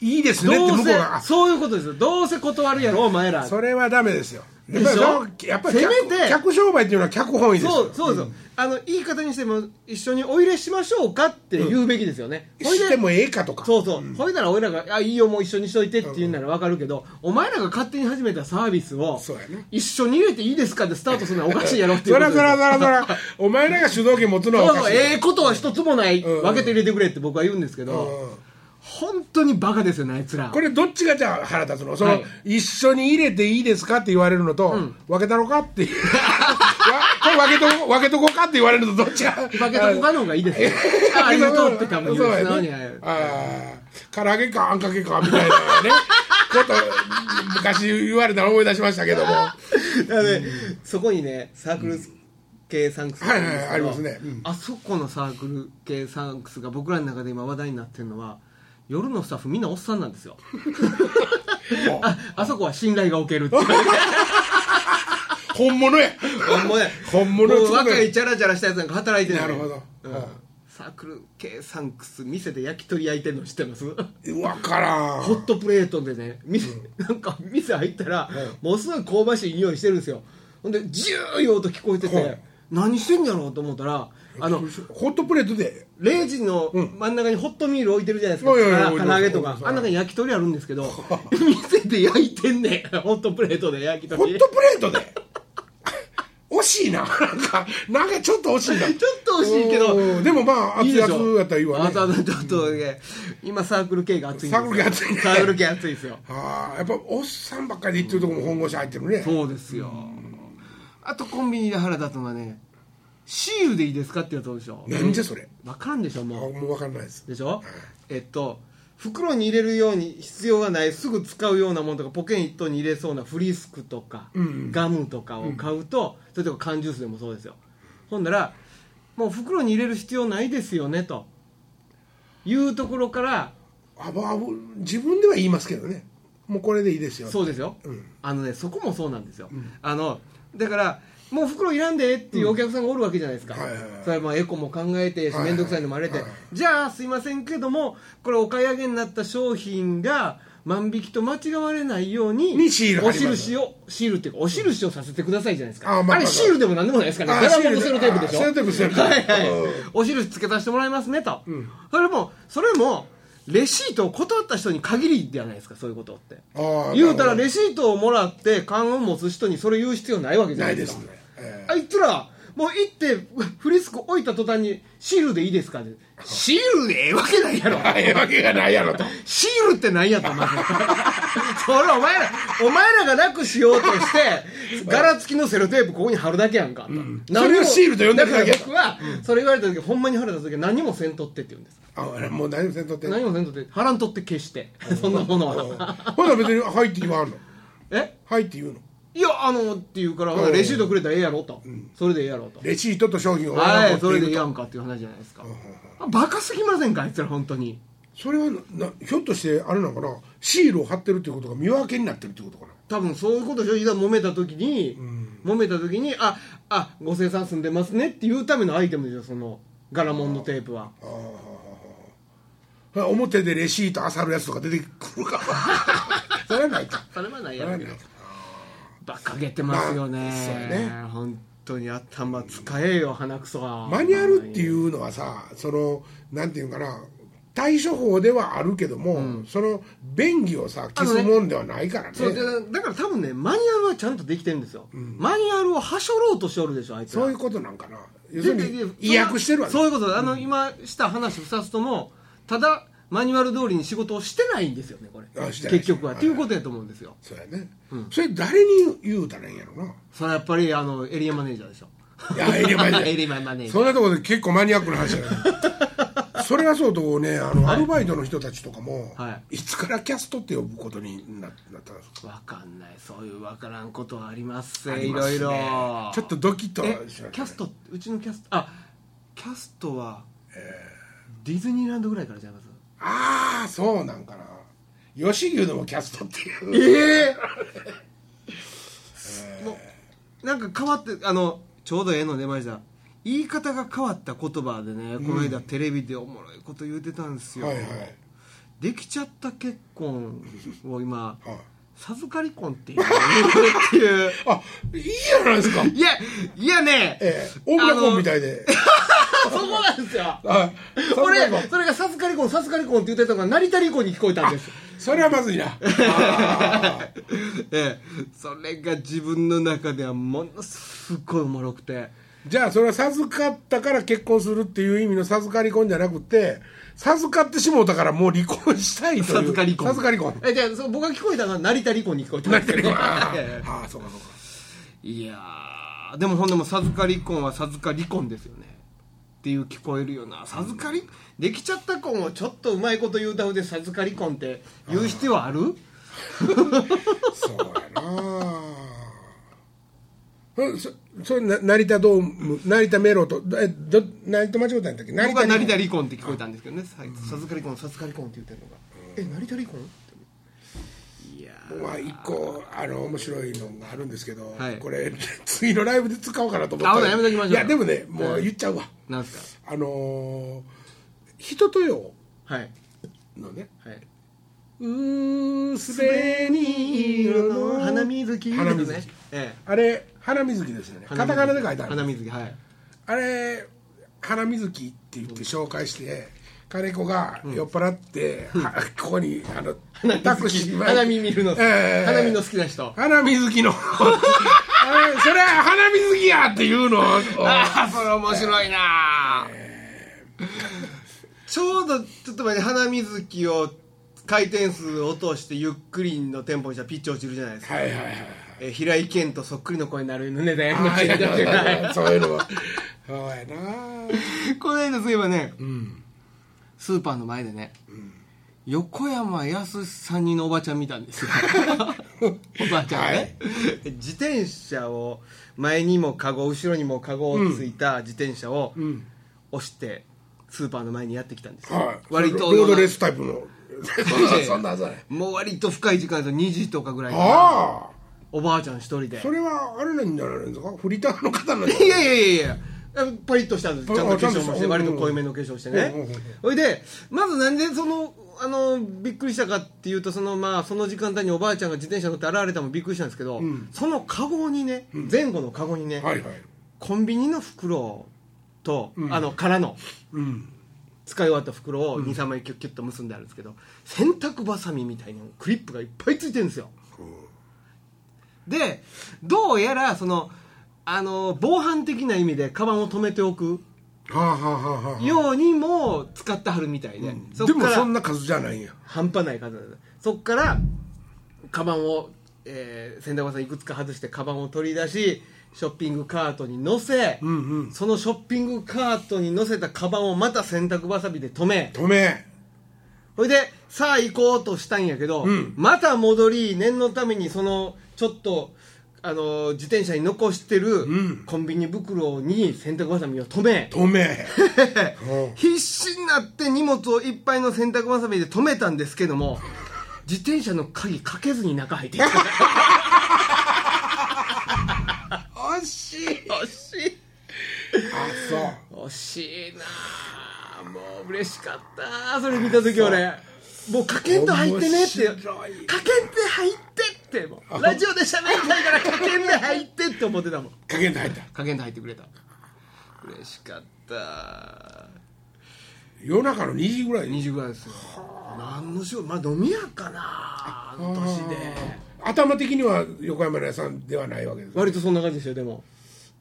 [SPEAKER 1] いいです
[SPEAKER 2] ど
[SPEAKER 1] ねって向こう
[SPEAKER 2] うせ
[SPEAKER 1] があ
[SPEAKER 2] そういうことですよどうせ断るやろお前ら
[SPEAKER 1] それはダメですよ
[SPEAKER 2] でしょ
[SPEAKER 1] やっぱりそのやっぱり
[SPEAKER 2] せめ
[SPEAKER 1] 客
[SPEAKER 2] て
[SPEAKER 1] 客商売っていうのは脚本位ですよ
[SPEAKER 2] そうそうそう、あの言い方にしても一緒にお入れしましょうかって言うべきですよね、ほい
[SPEAKER 1] して
[SPEAKER 2] で
[SPEAKER 1] もええかとか
[SPEAKER 2] そうそう、ほいなら俺らが「あいいよもう一緒にしといて」って言うならわかるけど、お前らが勝手に始めたサービスを
[SPEAKER 1] そうやね
[SPEAKER 2] 一緒に入れていいですかってスタートするのはおかしいやろっていう
[SPEAKER 1] そら
[SPEAKER 2] ことです
[SPEAKER 1] そ
[SPEAKER 2] よ
[SPEAKER 1] らそらそらお前らが主導権持つのはお
[SPEAKER 2] そう
[SPEAKER 1] か
[SPEAKER 2] そう
[SPEAKER 1] しい
[SPEAKER 2] ええことは一つもない、
[SPEAKER 1] うんうん
[SPEAKER 2] 分けて入れてくれって僕は言うんですけど、
[SPEAKER 1] うん
[SPEAKER 2] 本当にバカですよねあいつら
[SPEAKER 1] これどっちがじゃあ腹立つのその、
[SPEAKER 2] はい
[SPEAKER 1] 一緒に入れていいですかって言われるのと、分けたのかっていう わこれ分けとこ分けとこうかって言われるのとどっちが分
[SPEAKER 2] バケとこかの方がいいですよありがとうって多分言う素直にはい
[SPEAKER 1] ああ唐揚げかあんかけかみたいなね こと昔言われたら思い出しましたけど もは
[SPEAKER 2] だからねそこにねサークル系サンクス
[SPEAKER 1] いはいありますね、うん
[SPEAKER 2] あそこのサークル系サンクスが僕らの中で今話題になってるのは夜のスタッフみんなおっさんなんで すよああそこは信頼がおけるっていう
[SPEAKER 1] 本物や
[SPEAKER 2] ほんまね
[SPEAKER 1] 本物を
[SPEAKER 2] もう
[SPEAKER 1] 作る
[SPEAKER 2] 若いチャラチャラしたやつなんか働いて
[SPEAKER 1] な
[SPEAKER 2] ない
[SPEAKER 1] るほど、
[SPEAKER 2] うんサークル系サンクス店で焼き鳥焼いてるの知ってます
[SPEAKER 1] うん、分からん
[SPEAKER 2] ホットプレートでね店、なんか店入ったら、ものすごい香ばしい匂いしてるんですよほんでジューいう音聞こえてて、
[SPEAKER 1] はい
[SPEAKER 2] 何してんやろうと思ったらあの
[SPEAKER 1] ホットプレートで
[SPEAKER 2] レジの真ん中にホットミール置いてるじゃないですか、
[SPEAKER 1] おいおいおい
[SPEAKER 2] から
[SPEAKER 1] 置い
[SPEAKER 2] 唐
[SPEAKER 1] てま
[SPEAKER 2] 揚
[SPEAKER 1] す
[SPEAKER 2] げとか
[SPEAKER 1] 置いてます
[SPEAKER 2] あん中に焼き鳥あるんで すけど店で焼いてんねんホットプレートで焼き
[SPEAKER 1] ホ
[SPEAKER 2] 鳥
[SPEAKER 1] ッ
[SPEAKER 2] ちょ
[SPEAKER 1] トプレートで 惜しいななんかなんかちょっと惜し いな
[SPEAKER 2] っと惜しいけど
[SPEAKER 1] うんでもまあ
[SPEAKER 2] いい
[SPEAKER 1] 熱
[SPEAKER 2] でし
[SPEAKER 1] 々
[SPEAKER 2] ょ
[SPEAKER 1] やったらいいわね
[SPEAKER 2] 熱々ちょっと、ね今サークル系が熱いんですよ
[SPEAKER 1] サークル系熱いね
[SPEAKER 2] サークル系熱いですよ
[SPEAKER 1] ああやっぱおっさんばっかりで言ってるとこも本腰入ってるね
[SPEAKER 2] そうですよあとコンビニで腹立つのはねシールでいいですかって言うとでしょ
[SPEAKER 1] なんじゃそれ
[SPEAKER 2] 分からんでしょ
[SPEAKER 1] あ
[SPEAKER 2] も
[SPEAKER 1] もう分かんないです
[SPEAKER 2] うでしょえっと袋に入れるように必要がないすぐ使うようなものとかポケットに入れそうなフリスクとか、
[SPEAKER 1] ん
[SPEAKER 2] ガムとかを買うと、例えば缶ジュースでもそうですよほんならもう袋に入れる必要ないですよねというところから
[SPEAKER 1] あぶあぶ自分では言いますけどねもうこれでいいですよ
[SPEAKER 2] そうですよ、あのねそこもそうなんですよ、あのだからもう袋いらんでっていうお客さんがおるわけじゃないですか、
[SPEAKER 1] はいはいはい
[SPEAKER 2] それはまあエコも考えてし
[SPEAKER 1] はいはい
[SPEAKER 2] 面倒くさいのもあれて、
[SPEAKER 1] はいはい
[SPEAKER 2] じゃあすいませんけどもこれお買い上げになった商品が万引きと間違われないように
[SPEAKER 1] にシール貼り
[SPEAKER 2] お
[SPEAKER 1] ます
[SPEAKER 2] 印をシールっていうかお印をさせてくださいじゃないですか、
[SPEAKER 1] あまあまあまあ
[SPEAKER 2] れシールでも何でもないですから
[SPEAKER 1] あ
[SPEAKER 2] ねそ
[SPEAKER 1] シ
[SPEAKER 2] れ
[SPEAKER 1] ー
[SPEAKER 2] は
[SPEAKER 1] ル
[SPEAKER 2] もうセロテープでしょ
[SPEAKER 1] あセロテープセロテープ
[SPEAKER 2] はいはい
[SPEAKER 1] うん
[SPEAKER 2] お印つけさせてもらいますねと、それもそれもレシートを断った人に限りではないですかそういうことって
[SPEAKER 1] ああ
[SPEAKER 2] 言うたら
[SPEAKER 1] なる
[SPEAKER 2] レシートをもらって勘を持つ人にそれ言う必要ないわ
[SPEAKER 1] ほ
[SPEAKER 2] けじ
[SPEAKER 1] ど
[SPEAKER 2] ゃ
[SPEAKER 1] な
[SPEAKER 2] ないい
[SPEAKER 1] で
[SPEAKER 2] ですすか
[SPEAKER 1] ねえ
[SPEAKER 2] あいつらもう行ってフリスク置いた途端にシールでいいですかってシールでええわけないやろ
[SPEAKER 1] えええわけがないやろと
[SPEAKER 2] シールってなんやと まずそれお前らお前らが楽しようと して柄付きのセロテープここに貼るだけやんかと、何にも
[SPEAKER 1] それをシールと呼んでるだけや
[SPEAKER 2] から僕はそれ言われた時ほんまに腹立つ時は何もせんとってって言うんです
[SPEAKER 1] あもう何もせんとって
[SPEAKER 2] 何もせんとって腹んとって消して そんなものは
[SPEAKER 1] ほな別に「はい」って言わんの
[SPEAKER 2] え
[SPEAKER 1] 「はい」って言うの
[SPEAKER 2] いやあのって言うからほなレシートくれたらええやろと、それでええやろと
[SPEAKER 1] レシートと商品を
[SPEAKER 2] はいそ
[SPEAKER 1] 持っ
[SPEAKER 2] れ
[SPEAKER 1] て
[SPEAKER 2] で
[SPEAKER 1] い
[SPEAKER 2] ええ
[SPEAKER 1] る
[SPEAKER 2] や
[SPEAKER 1] と
[SPEAKER 2] んかっていう話じゃないですか、あバカすぎませんかあいつら本当に
[SPEAKER 1] それはなひょっとしてあれなのかなシールを貼ってるっていうことが見分けになってるってことかな
[SPEAKER 2] 多分そういうことでしょいざ揉めた時に、揉めた時にああご生産済んでますねっていうためのアイテムでしょその柄物のテープは
[SPEAKER 1] 表でレシート漁るやつとか出てくるかそれはないか
[SPEAKER 2] それはない
[SPEAKER 1] そ
[SPEAKER 2] や
[SPEAKER 1] れは
[SPEAKER 2] ろ
[SPEAKER 1] ないか
[SPEAKER 2] バカげてますよね,、
[SPEAKER 1] まあそうやね
[SPEAKER 2] 本当に頭使えよ鼻くそは
[SPEAKER 1] マニュアルっていうのはさそのなんていうんかな対処法ではあるけども、その便宜をさ期すもんではないからね
[SPEAKER 2] そうだからだから多分ねマニュアルはちゃんとできてるんですよ、マニュアルをはしょろうとしておるでしょあいつら
[SPEAKER 1] そういうことなんかな要す
[SPEAKER 2] で
[SPEAKER 1] る
[SPEAKER 2] でで
[SPEAKER 1] に違約してるわけ
[SPEAKER 2] そういうことあの、今した話2つともただマニュアル通りに仕事をしてないんですよねこれ
[SPEAKER 1] あしてない
[SPEAKER 2] 結局は
[SPEAKER 1] はい
[SPEAKER 2] ということやと思うんですよ
[SPEAKER 1] そうやね、それ誰に言うたらいいんやろ な
[SPEAKER 2] それはやっぱりあのエリアマネージャーでしょ
[SPEAKER 1] いやエリアマネージャー
[SPEAKER 2] エリアマネージャ
[SPEAKER 1] そんなところで結構マニアックな話 だからそれはそうとねあのアルバイトの人たちとかも、、
[SPEAKER 2] はい
[SPEAKER 1] つからキャストって呼ぶことにななったんですか
[SPEAKER 2] ーわかんないそういうわからんことはありますね
[SPEAKER 1] あり
[SPEAKER 2] い
[SPEAKER 1] ます
[SPEAKER 2] ろ
[SPEAKER 1] ね
[SPEAKER 2] いろ
[SPEAKER 1] ちょっとドキッとし
[SPEAKER 2] え
[SPEAKER 1] ましたね
[SPEAKER 2] キャストうちのキャストあキャストはディズニーランドぐらいからじゃないます
[SPEAKER 1] ああそうなんかな吉牛でもキャストっていう
[SPEAKER 2] ええもうなんか変わってあのちょうどええの出ました言い方が変わった言葉でねこの間テレビでおもろいこと言うてたんですよ、
[SPEAKER 1] はいはい
[SPEAKER 2] できちゃった結婚を今、
[SPEAKER 1] はい
[SPEAKER 2] 授かり婚っていう っていう
[SPEAKER 1] あいいじゃないですか
[SPEAKER 2] いやいやね、
[SPEAKER 1] ええ大村君みたいで
[SPEAKER 2] あそこなんですよ
[SPEAKER 1] あ
[SPEAKER 2] 俺
[SPEAKER 1] それ
[SPEAKER 2] それが授かり婚授かり婚って言ってたのが成田離婚に聞こえた んです
[SPEAKER 1] それはまずいなあー
[SPEAKER 2] ええ、それが自分の中ではものすごいおもろくて
[SPEAKER 1] じゃあそれは授かったから結婚するっていう意味の授かり婚じゃなくて授かってしもうたからもう離婚したいという
[SPEAKER 2] 授かり婚
[SPEAKER 1] 授かり婚
[SPEAKER 2] えじゃあそう僕が聞こえたのは成田離婚に聞こえたんですよね
[SPEAKER 1] あ
[SPEAKER 2] え
[SPEAKER 1] ーあーそうかそうか
[SPEAKER 2] えいやーでもほんでも授かり婚は授かり婚ですよねっていう聞こえるような授かり、できちゃった婚をちょっとうまいこと言うたふで授かり婚って言う必要ある
[SPEAKER 1] そうやなそそそれな成田ドーム成田メロとえど成田間違えたんだっけ成
[SPEAKER 2] 僕は成田
[SPEAKER 1] 田
[SPEAKER 2] 離婚って聞こえたんですけどねさ授かり婚授かり婚って言ってるのがえ成田離婚っていやー
[SPEAKER 1] は一個あの面白いのがあるんですけど、
[SPEAKER 2] はい
[SPEAKER 1] これ 次のライブで使おうかなと思って
[SPEAKER 2] あやめときましょう
[SPEAKER 1] やでもねもう言っちゃうわ、
[SPEAKER 2] なんす
[SPEAKER 1] あのー人とよ
[SPEAKER 2] かはい
[SPEAKER 1] のね
[SPEAKER 2] はい。
[SPEAKER 1] 薄
[SPEAKER 2] 花水木
[SPEAKER 1] 花水木
[SPEAKER 2] ね。え
[SPEAKER 1] あれ花水木ですよね
[SPEAKER 2] え。
[SPEAKER 1] カタカナで書いてあ
[SPEAKER 2] 花
[SPEAKER 1] る
[SPEAKER 2] 水木はい。
[SPEAKER 1] あれ花水木って言って紹介して金子が酔っ払って、は ここにあのタクシーまで
[SPEAKER 2] 花見見るの、
[SPEAKER 1] ええ
[SPEAKER 2] 花見の好きな人。
[SPEAKER 1] 花水木の あれそれは花水木やっていうのを
[SPEAKER 2] ああ、それ面白いな、ちょうどちょっと前に花水木を回転数落としてゆっくりのテンポにしたらピッチ落ちるじゃないですか。
[SPEAKER 1] はいはいはい
[SPEAKER 2] えー平井堅とそっくりの声になるネタやりま
[SPEAKER 1] あ
[SPEAKER 2] したけど
[SPEAKER 1] ーそういうのもそうやな
[SPEAKER 2] この間そういえばね、
[SPEAKER 1] ん
[SPEAKER 2] スーパーの前でね、横山やすしさんにのおばちゃん見たんです よおばあちゃんがね、自転車を前にもカゴ後ろにもカゴをついた自転車を押してスーパーの前にやってきたんですよ、
[SPEAKER 1] はい
[SPEAKER 2] 割と
[SPEAKER 1] ロードレースタイプのそんな そんなそんな
[SPEAKER 2] もう割と深い時間ですよ2時とかぐらいから
[SPEAKER 1] ああ
[SPEAKER 2] おばあちゃん一人で
[SPEAKER 1] それはあれなんじゃないですかフリーターの方なんじゃない
[SPEAKER 2] いやいやいやいやパリッとしたんですちゃんと化
[SPEAKER 1] あちゃんと
[SPEAKER 2] 粧
[SPEAKER 1] した
[SPEAKER 2] もし
[SPEAKER 1] うんう
[SPEAKER 2] て
[SPEAKER 1] んう
[SPEAKER 2] 割
[SPEAKER 1] ん
[SPEAKER 2] と濃いめの化粧して
[SPEAKER 1] うんうんう
[SPEAKER 2] ね
[SPEAKER 1] ん
[SPEAKER 2] ほいでまずなんでそのあのびっくりしたかっていうとそのまあその時間帯におばあちゃんが自転車乗って現れたのもびっくりしたんですけど、そのカゴにね前後のカゴにね、
[SPEAKER 1] はいはい
[SPEAKER 2] コンビニの袋と、あの空の
[SPEAKER 1] うん
[SPEAKER 2] 使い終わった袋を23枚キュッキュッと結んであるんですけど洗濯ばさみみたいなクリップがいっぱいついてるんですよでどうやらそのあの防犯的な意味でカバンを止めておく
[SPEAKER 1] はあはあはあはあ
[SPEAKER 2] ようにも使ってはるみたいで、そ
[SPEAKER 1] で
[SPEAKER 2] っ
[SPEAKER 1] も
[SPEAKER 2] か
[SPEAKER 1] そんな
[SPEAKER 2] ら
[SPEAKER 1] 数じゃないんや
[SPEAKER 2] 半端ない数なんだそっからカバンを、えー、千田さんいくつか外してカバンを取り出しショッピングカートに乗せ、
[SPEAKER 1] んう
[SPEAKER 2] そのショッピングカートに乗せたカバンをまた洗濯ばさみで止め
[SPEAKER 1] 止め
[SPEAKER 2] それでさあ行こうとしたんやけど、
[SPEAKER 1] ん
[SPEAKER 2] また戻り念のためにそのちょっとあの自転車に残してる
[SPEAKER 1] ん
[SPEAKER 2] コンビニ袋に洗濯ばさみを止め、
[SPEAKER 1] 止 めうん
[SPEAKER 2] 必死になって荷物をいっぱいの洗濯ばさみで止めたんですけども自転車の鍵かけずに中入っていった
[SPEAKER 1] 惜しい
[SPEAKER 2] 惜しい
[SPEAKER 1] あそう
[SPEAKER 2] 惜しいなあもう嬉しかったそれ見た時俺もうかけんと入ってねって
[SPEAKER 1] 面
[SPEAKER 2] かけんで
[SPEAKER 1] 白い
[SPEAKER 2] 入ってってもうラジオで喋りたいからかけんで入ってって思ってたもん
[SPEAKER 1] 加減で入った
[SPEAKER 2] かけんで入ってくれた嬉しかった
[SPEAKER 1] 夜中の2時ぐらいに
[SPEAKER 2] 20ぐらいですよ何の仕事まあ飲み屋かなあの年で
[SPEAKER 1] 頭的には横山の屋さんではないわけです
[SPEAKER 2] 割とそんな感じですよでも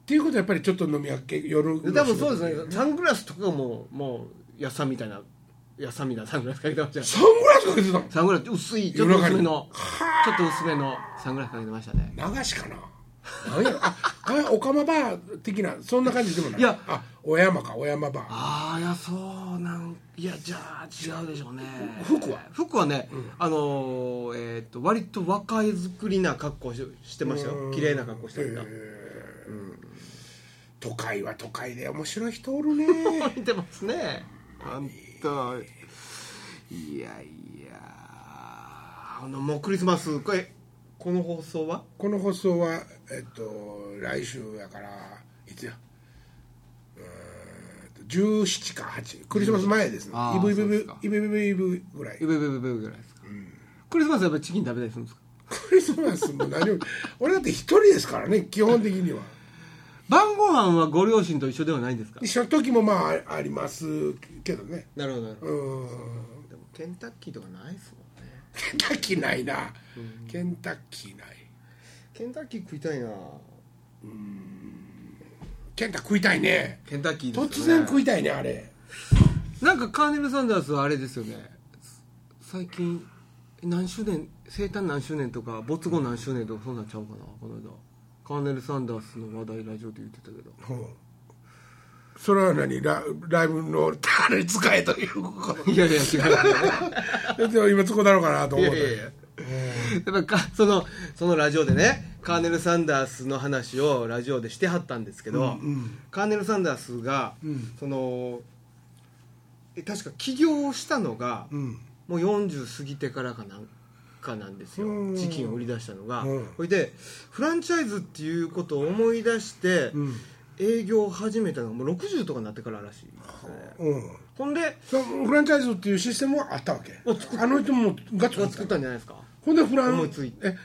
[SPEAKER 1] っていうことはやっぱりちょっと飲み明け夜
[SPEAKER 2] で多分そうですねサングラスとかももう安さんみたいなやサミダサングラスかけてましたよ
[SPEAKER 1] サングラスかけてた
[SPEAKER 2] サングラス薄いちょっと薄
[SPEAKER 1] 夜
[SPEAKER 2] めのちょっと薄めのサングラスかけてましたね
[SPEAKER 1] の流しかな何やああオカマバー的なそんな感じでもない
[SPEAKER 2] いや
[SPEAKER 1] あお山かお山バー
[SPEAKER 2] ああいやそうなんいやじゃあ違うでしょうね
[SPEAKER 1] 服は
[SPEAKER 2] 服はね、あのーえー、と割と若い作りな格好をししてましたよ綺麗な格好してまし
[SPEAKER 1] 都会は都会で面白い人おる ね
[SPEAKER 2] た見てますねあんたいやいやあのもうクリスマスこれこの放送は
[SPEAKER 1] この放送はえっと来週やからいつやうーんと17か8クリスマス前ですね
[SPEAKER 2] あー
[SPEAKER 1] イブイブイブ
[SPEAKER 2] そうですか
[SPEAKER 1] イブイブイブぐらい
[SPEAKER 2] えべべべべぐらいですか、クリスマスはやっぱりチキン食べたりするんですか
[SPEAKER 1] クリスマスも何も俺だって一人ですからね基本的には
[SPEAKER 2] 晩ご飯はご両親と一緒ではないんですか
[SPEAKER 1] 一緒の時もまあありますけどね
[SPEAKER 2] なるほどなるほ
[SPEAKER 1] うーん
[SPEAKER 2] どでもケンタッキーとかないですもんね
[SPEAKER 1] ケンタッキーないなケンタッキーない
[SPEAKER 2] ケンタッキー食いたいな
[SPEAKER 1] ケンタ食いたいね
[SPEAKER 2] ケンタッキーです
[SPEAKER 1] 突
[SPEAKER 2] よね
[SPEAKER 1] 然食いたいねあれ
[SPEAKER 2] なんかカーネル・サンダースはあれですよね最近何周年生誕何周年とか没後何周年とかそんなんちゃうかなこの間カーネル・サンダースの話題ラジオで言ってたけど
[SPEAKER 1] それは何ラライブのあれ使えというこ
[SPEAKER 2] いやいや違う
[SPEAKER 1] とでも今そこだろうかなと
[SPEAKER 2] い
[SPEAKER 1] 思っ
[SPEAKER 2] や
[SPEAKER 1] て
[SPEAKER 2] いやいや やっぱかそのそのラジオでねカーネル・サンダースの話をラジオでしてはったんですけど、カーネル・サンダースが、そのえ確か起業したのが、
[SPEAKER 1] ん
[SPEAKER 2] もう40過ぎてからかなんかなんですよ、
[SPEAKER 1] うん
[SPEAKER 2] チキンを売り出したのが、
[SPEAKER 1] うん
[SPEAKER 2] それでフランチャイズっていうことを思い出して、営業を始めたのがもう60とかになってかららしいですね
[SPEAKER 1] うん
[SPEAKER 2] ほんで
[SPEAKER 1] そのフランチャイズっていうシステムはあったわけあの人もガッツ
[SPEAKER 2] が
[SPEAKER 1] リ
[SPEAKER 2] 作ったんじゃないですか
[SPEAKER 1] ほんでフラ
[SPEAKER 2] 思
[SPEAKER 1] ン
[SPEAKER 2] いついて
[SPEAKER 1] え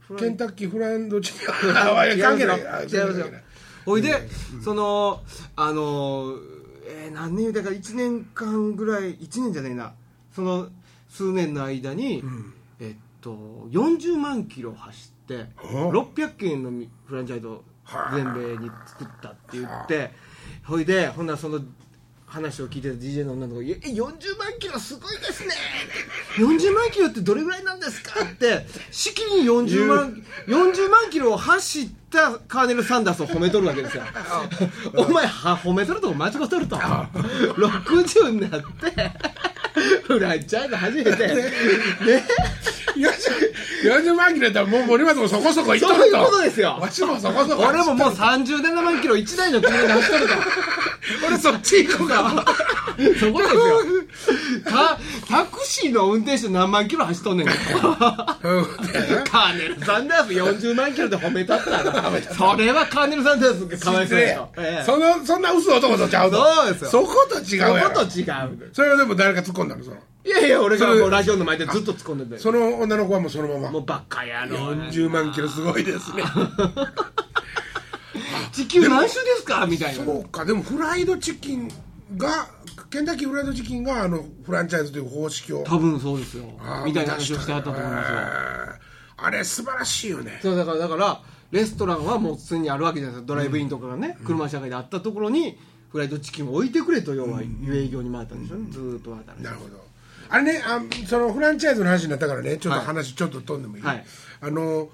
[SPEAKER 2] フラン
[SPEAKER 1] ケンタッキーフランドチキンあい や関係ないあ
[SPEAKER 2] 違いますよ
[SPEAKER 1] 関係ない
[SPEAKER 2] ほいで、そのあのえー何年だから1年間ぐらい1年じゃないなその数年の間に、えっと40万キロ走って
[SPEAKER 1] お
[SPEAKER 2] 600件のみフランチャイズを全米に作ったって言ってほいでほんならその話を聞いてた DJ の女の子が「いやえ40万キロすごいですね」40万キロってどれぐらいなんですか?」って資金40万40万キロを走ったカーネル・サンダースを褒めとるわ けですよお前は褒めとるとこ間違っとると60になって フランチャイズ初 めてね
[SPEAKER 1] 40万キロやったらもう森松もそこそこいっとると
[SPEAKER 2] そういうことですよ
[SPEAKER 1] わしもそこそこ
[SPEAKER 2] 俺ももう37万キロ1台の車で走っとると
[SPEAKER 1] 俺そっち行こうか
[SPEAKER 2] そこですよタタクシーの運転手何万キロ走っとんねんから
[SPEAKER 1] うん
[SPEAKER 2] カーネル・サンダース40万キロで褒めたったらそれはカーネル・サンダースかわいそうでしょええ
[SPEAKER 1] そのそんな嘘男とちゃうと
[SPEAKER 2] そうですよ
[SPEAKER 1] そこと違うやろ
[SPEAKER 2] そこと違う
[SPEAKER 1] それはでも誰か突っ込んだのその
[SPEAKER 2] いやいや俺がもうラジオの前でずっと突っ込んでたよ
[SPEAKER 1] その女の子はもうそのま
[SPEAKER 2] も
[SPEAKER 1] ま
[SPEAKER 2] うバカ野郎
[SPEAKER 1] 40万キロすごいですね
[SPEAKER 2] 地球何周ですかみたいな
[SPEAKER 1] そうかでもフライドチキンがケンタッキーフライドチキンがあのフランチャイズという方式を
[SPEAKER 2] 多分そうですよ
[SPEAKER 1] あー
[SPEAKER 2] みたいな話をしてあったと思います
[SPEAKER 1] え
[SPEAKER 2] よ
[SPEAKER 1] ーあれ素晴らしいよね
[SPEAKER 2] そうだからだからレストランはもう普通にあるわけじゃないですかドライブインとかがね、車社会であったところにフライドチキンを置いてくれと要は営業に回ったんでしょ、ずーっと回ったんで
[SPEAKER 1] なるほどあれねあそのフランチャイズの話になったからねちょっと
[SPEAKER 2] はい
[SPEAKER 1] 話ちょっと飛んでもいい、
[SPEAKER 2] はい
[SPEAKER 1] あの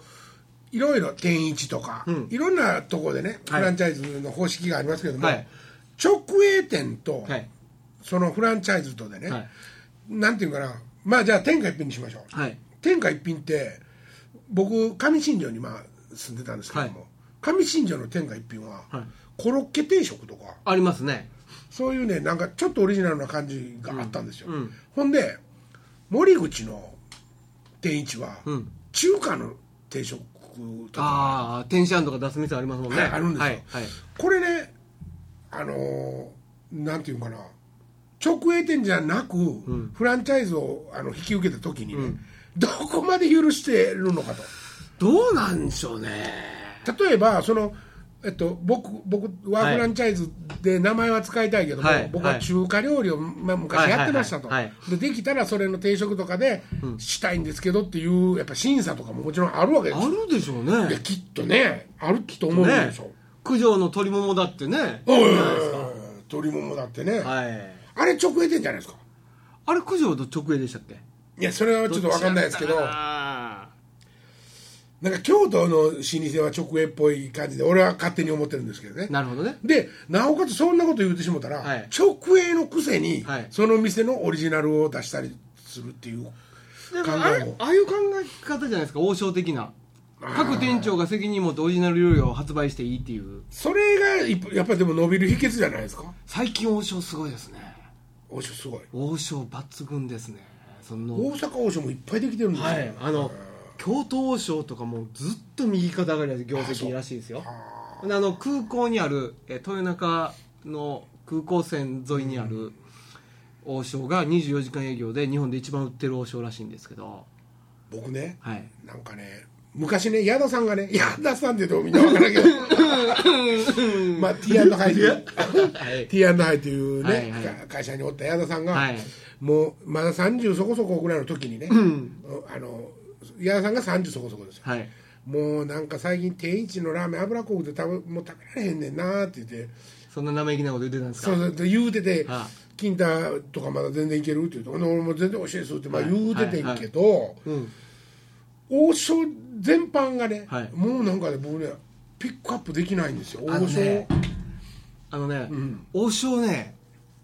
[SPEAKER 1] いろいろ天一とか、いろんなところでねフ
[SPEAKER 2] はい
[SPEAKER 1] ランチャイズの方式がありますけども、
[SPEAKER 2] はい
[SPEAKER 1] 直営店と、
[SPEAKER 2] はい
[SPEAKER 1] そのフランチャイズとでね、
[SPEAKER 2] はい
[SPEAKER 1] なんていうかなまあじゃあ天下一品にしましょう、
[SPEAKER 2] はい
[SPEAKER 1] 天下一品って僕上新庄にまあ住んでたんですけども、
[SPEAKER 2] は
[SPEAKER 1] 上新庄の天下一品は、
[SPEAKER 2] はい
[SPEAKER 1] コロッケ定食とか
[SPEAKER 2] ありますね
[SPEAKER 1] そういうねなんかちょっとオリジナルな感じがあったんですよ、ほんで森口の天一は、
[SPEAKER 2] うん
[SPEAKER 1] 中華の定食とか
[SPEAKER 2] ああ天津飯とか出す店ありますもんね、
[SPEAKER 1] はいあるんですよ
[SPEAKER 2] はい、はい
[SPEAKER 1] これねあのーなんていうかな直営店じゃなく、フランチャイズをあの引き受けた時にね、どこまで許してるのかと。
[SPEAKER 2] どうなんでしょうね
[SPEAKER 1] 例えばその、えっと、僕僕は
[SPEAKER 2] はい
[SPEAKER 1] フランチャイズで名前は使いたいけども、
[SPEAKER 2] はい
[SPEAKER 1] 僕は中華料理を、まあ、昔やってましたと、
[SPEAKER 2] はいはいはい
[SPEAKER 1] でできたらそれの定食とかでしたいんですけどっていうやっぱ審査とかももちろんあるわけです
[SPEAKER 2] あ
[SPEAKER 1] よ
[SPEAKER 2] るでしょう
[SPEAKER 1] いや
[SPEAKER 2] ね
[SPEAKER 1] きっとねあると思うん
[SPEAKER 2] ね
[SPEAKER 1] でしょ、
[SPEAKER 2] 九条の鶏ももだってね
[SPEAKER 1] うん、鶏ももだってね、
[SPEAKER 2] はい
[SPEAKER 1] あれ直営店じゃないですか
[SPEAKER 2] あれ九条と直営でしたっけ
[SPEAKER 1] いやそれはちょっと分かんないですけど
[SPEAKER 2] っちやったか
[SPEAKER 1] なんか京都の老舗は直営っぽい感じで俺は勝手に思ってるんですけどね
[SPEAKER 2] ななるほどね
[SPEAKER 1] でなおかつそんなこと言ってしもたら、
[SPEAKER 2] はい
[SPEAKER 1] 直営のくせに、
[SPEAKER 2] はい
[SPEAKER 1] その店のオリジナルを出したりするっていう
[SPEAKER 2] で
[SPEAKER 1] 考
[SPEAKER 2] もあ
[SPEAKER 1] え
[SPEAKER 2] れ
[SPEAKER 1] も
[SPEAKER 2] ああいう考え方じゃないですか王将的な各店長が責任持ってオリジナル料理を発売していいっていう
[SPEAKER 1] それがいっやっぱでも伸びる秘訣じゃないですか
[SPEAKER 2] 最近王将すごいですね
[SPEAKER 1] 王将すごい
[SPEAKER 2] 王将抜群ですねその
[SPEAKER 1] 大阪王将もいっぱいできてるんですよ、
[SPEAKER 2] はいあの京都王将とかもずっと右肩上がりで業績らしいですよであの空港にあるえ豊中の空港線沿いにある王将が24時間営業で日本で一番売ってる王将らしいんですけど
[SPEAKER 1] 僕ね
[SPEAKER 2] はい
[SPEAKER 1] なんかね昔ね矢田さんがね矢田さんってどうみんな分からんけ どまあ T&I という T&I というね、
[SPEAKER 2] はいはい
[SPEAKER 1] か会社におった矢田さんが、
[SPEAKER 2] はい
[SPEAKER 1] もうまだ30そこそこぐらいの時にね、あの矢田さんが30そこそこですよ
[SPEAKER 2] はい
[SPEAKER 1] もうなんか最近定位置のラーメン油こくて食べもう食べられへんねんなって言って
[SPEAKER 2] そんな生意気なこと言ってたんですか
[SPEAKER 1] そうそうで言うてて
[SPEAKER 2] はあ
[SPEAKER 1] 「金太とかまだ全然いける?」って言うと「ほな俺も全然おいしいです」ってまあ
[SPEAKER 2] はい
[SPEAKER 1] 言うててんけど、
[SPEAKER 2] うん
[SPEAKER 1] 王将全般がね、
[SPEAKER 2] はい
[SPEAKER 1] もうなんかね僕ねピックアップできないんですよ
[SPEAKER 2] あ
[SPEAKER 1] 王
[SPEAKER 2] の
[SPEAKER 1] 将、
[SPEAKER 2] ねあのね、王将ね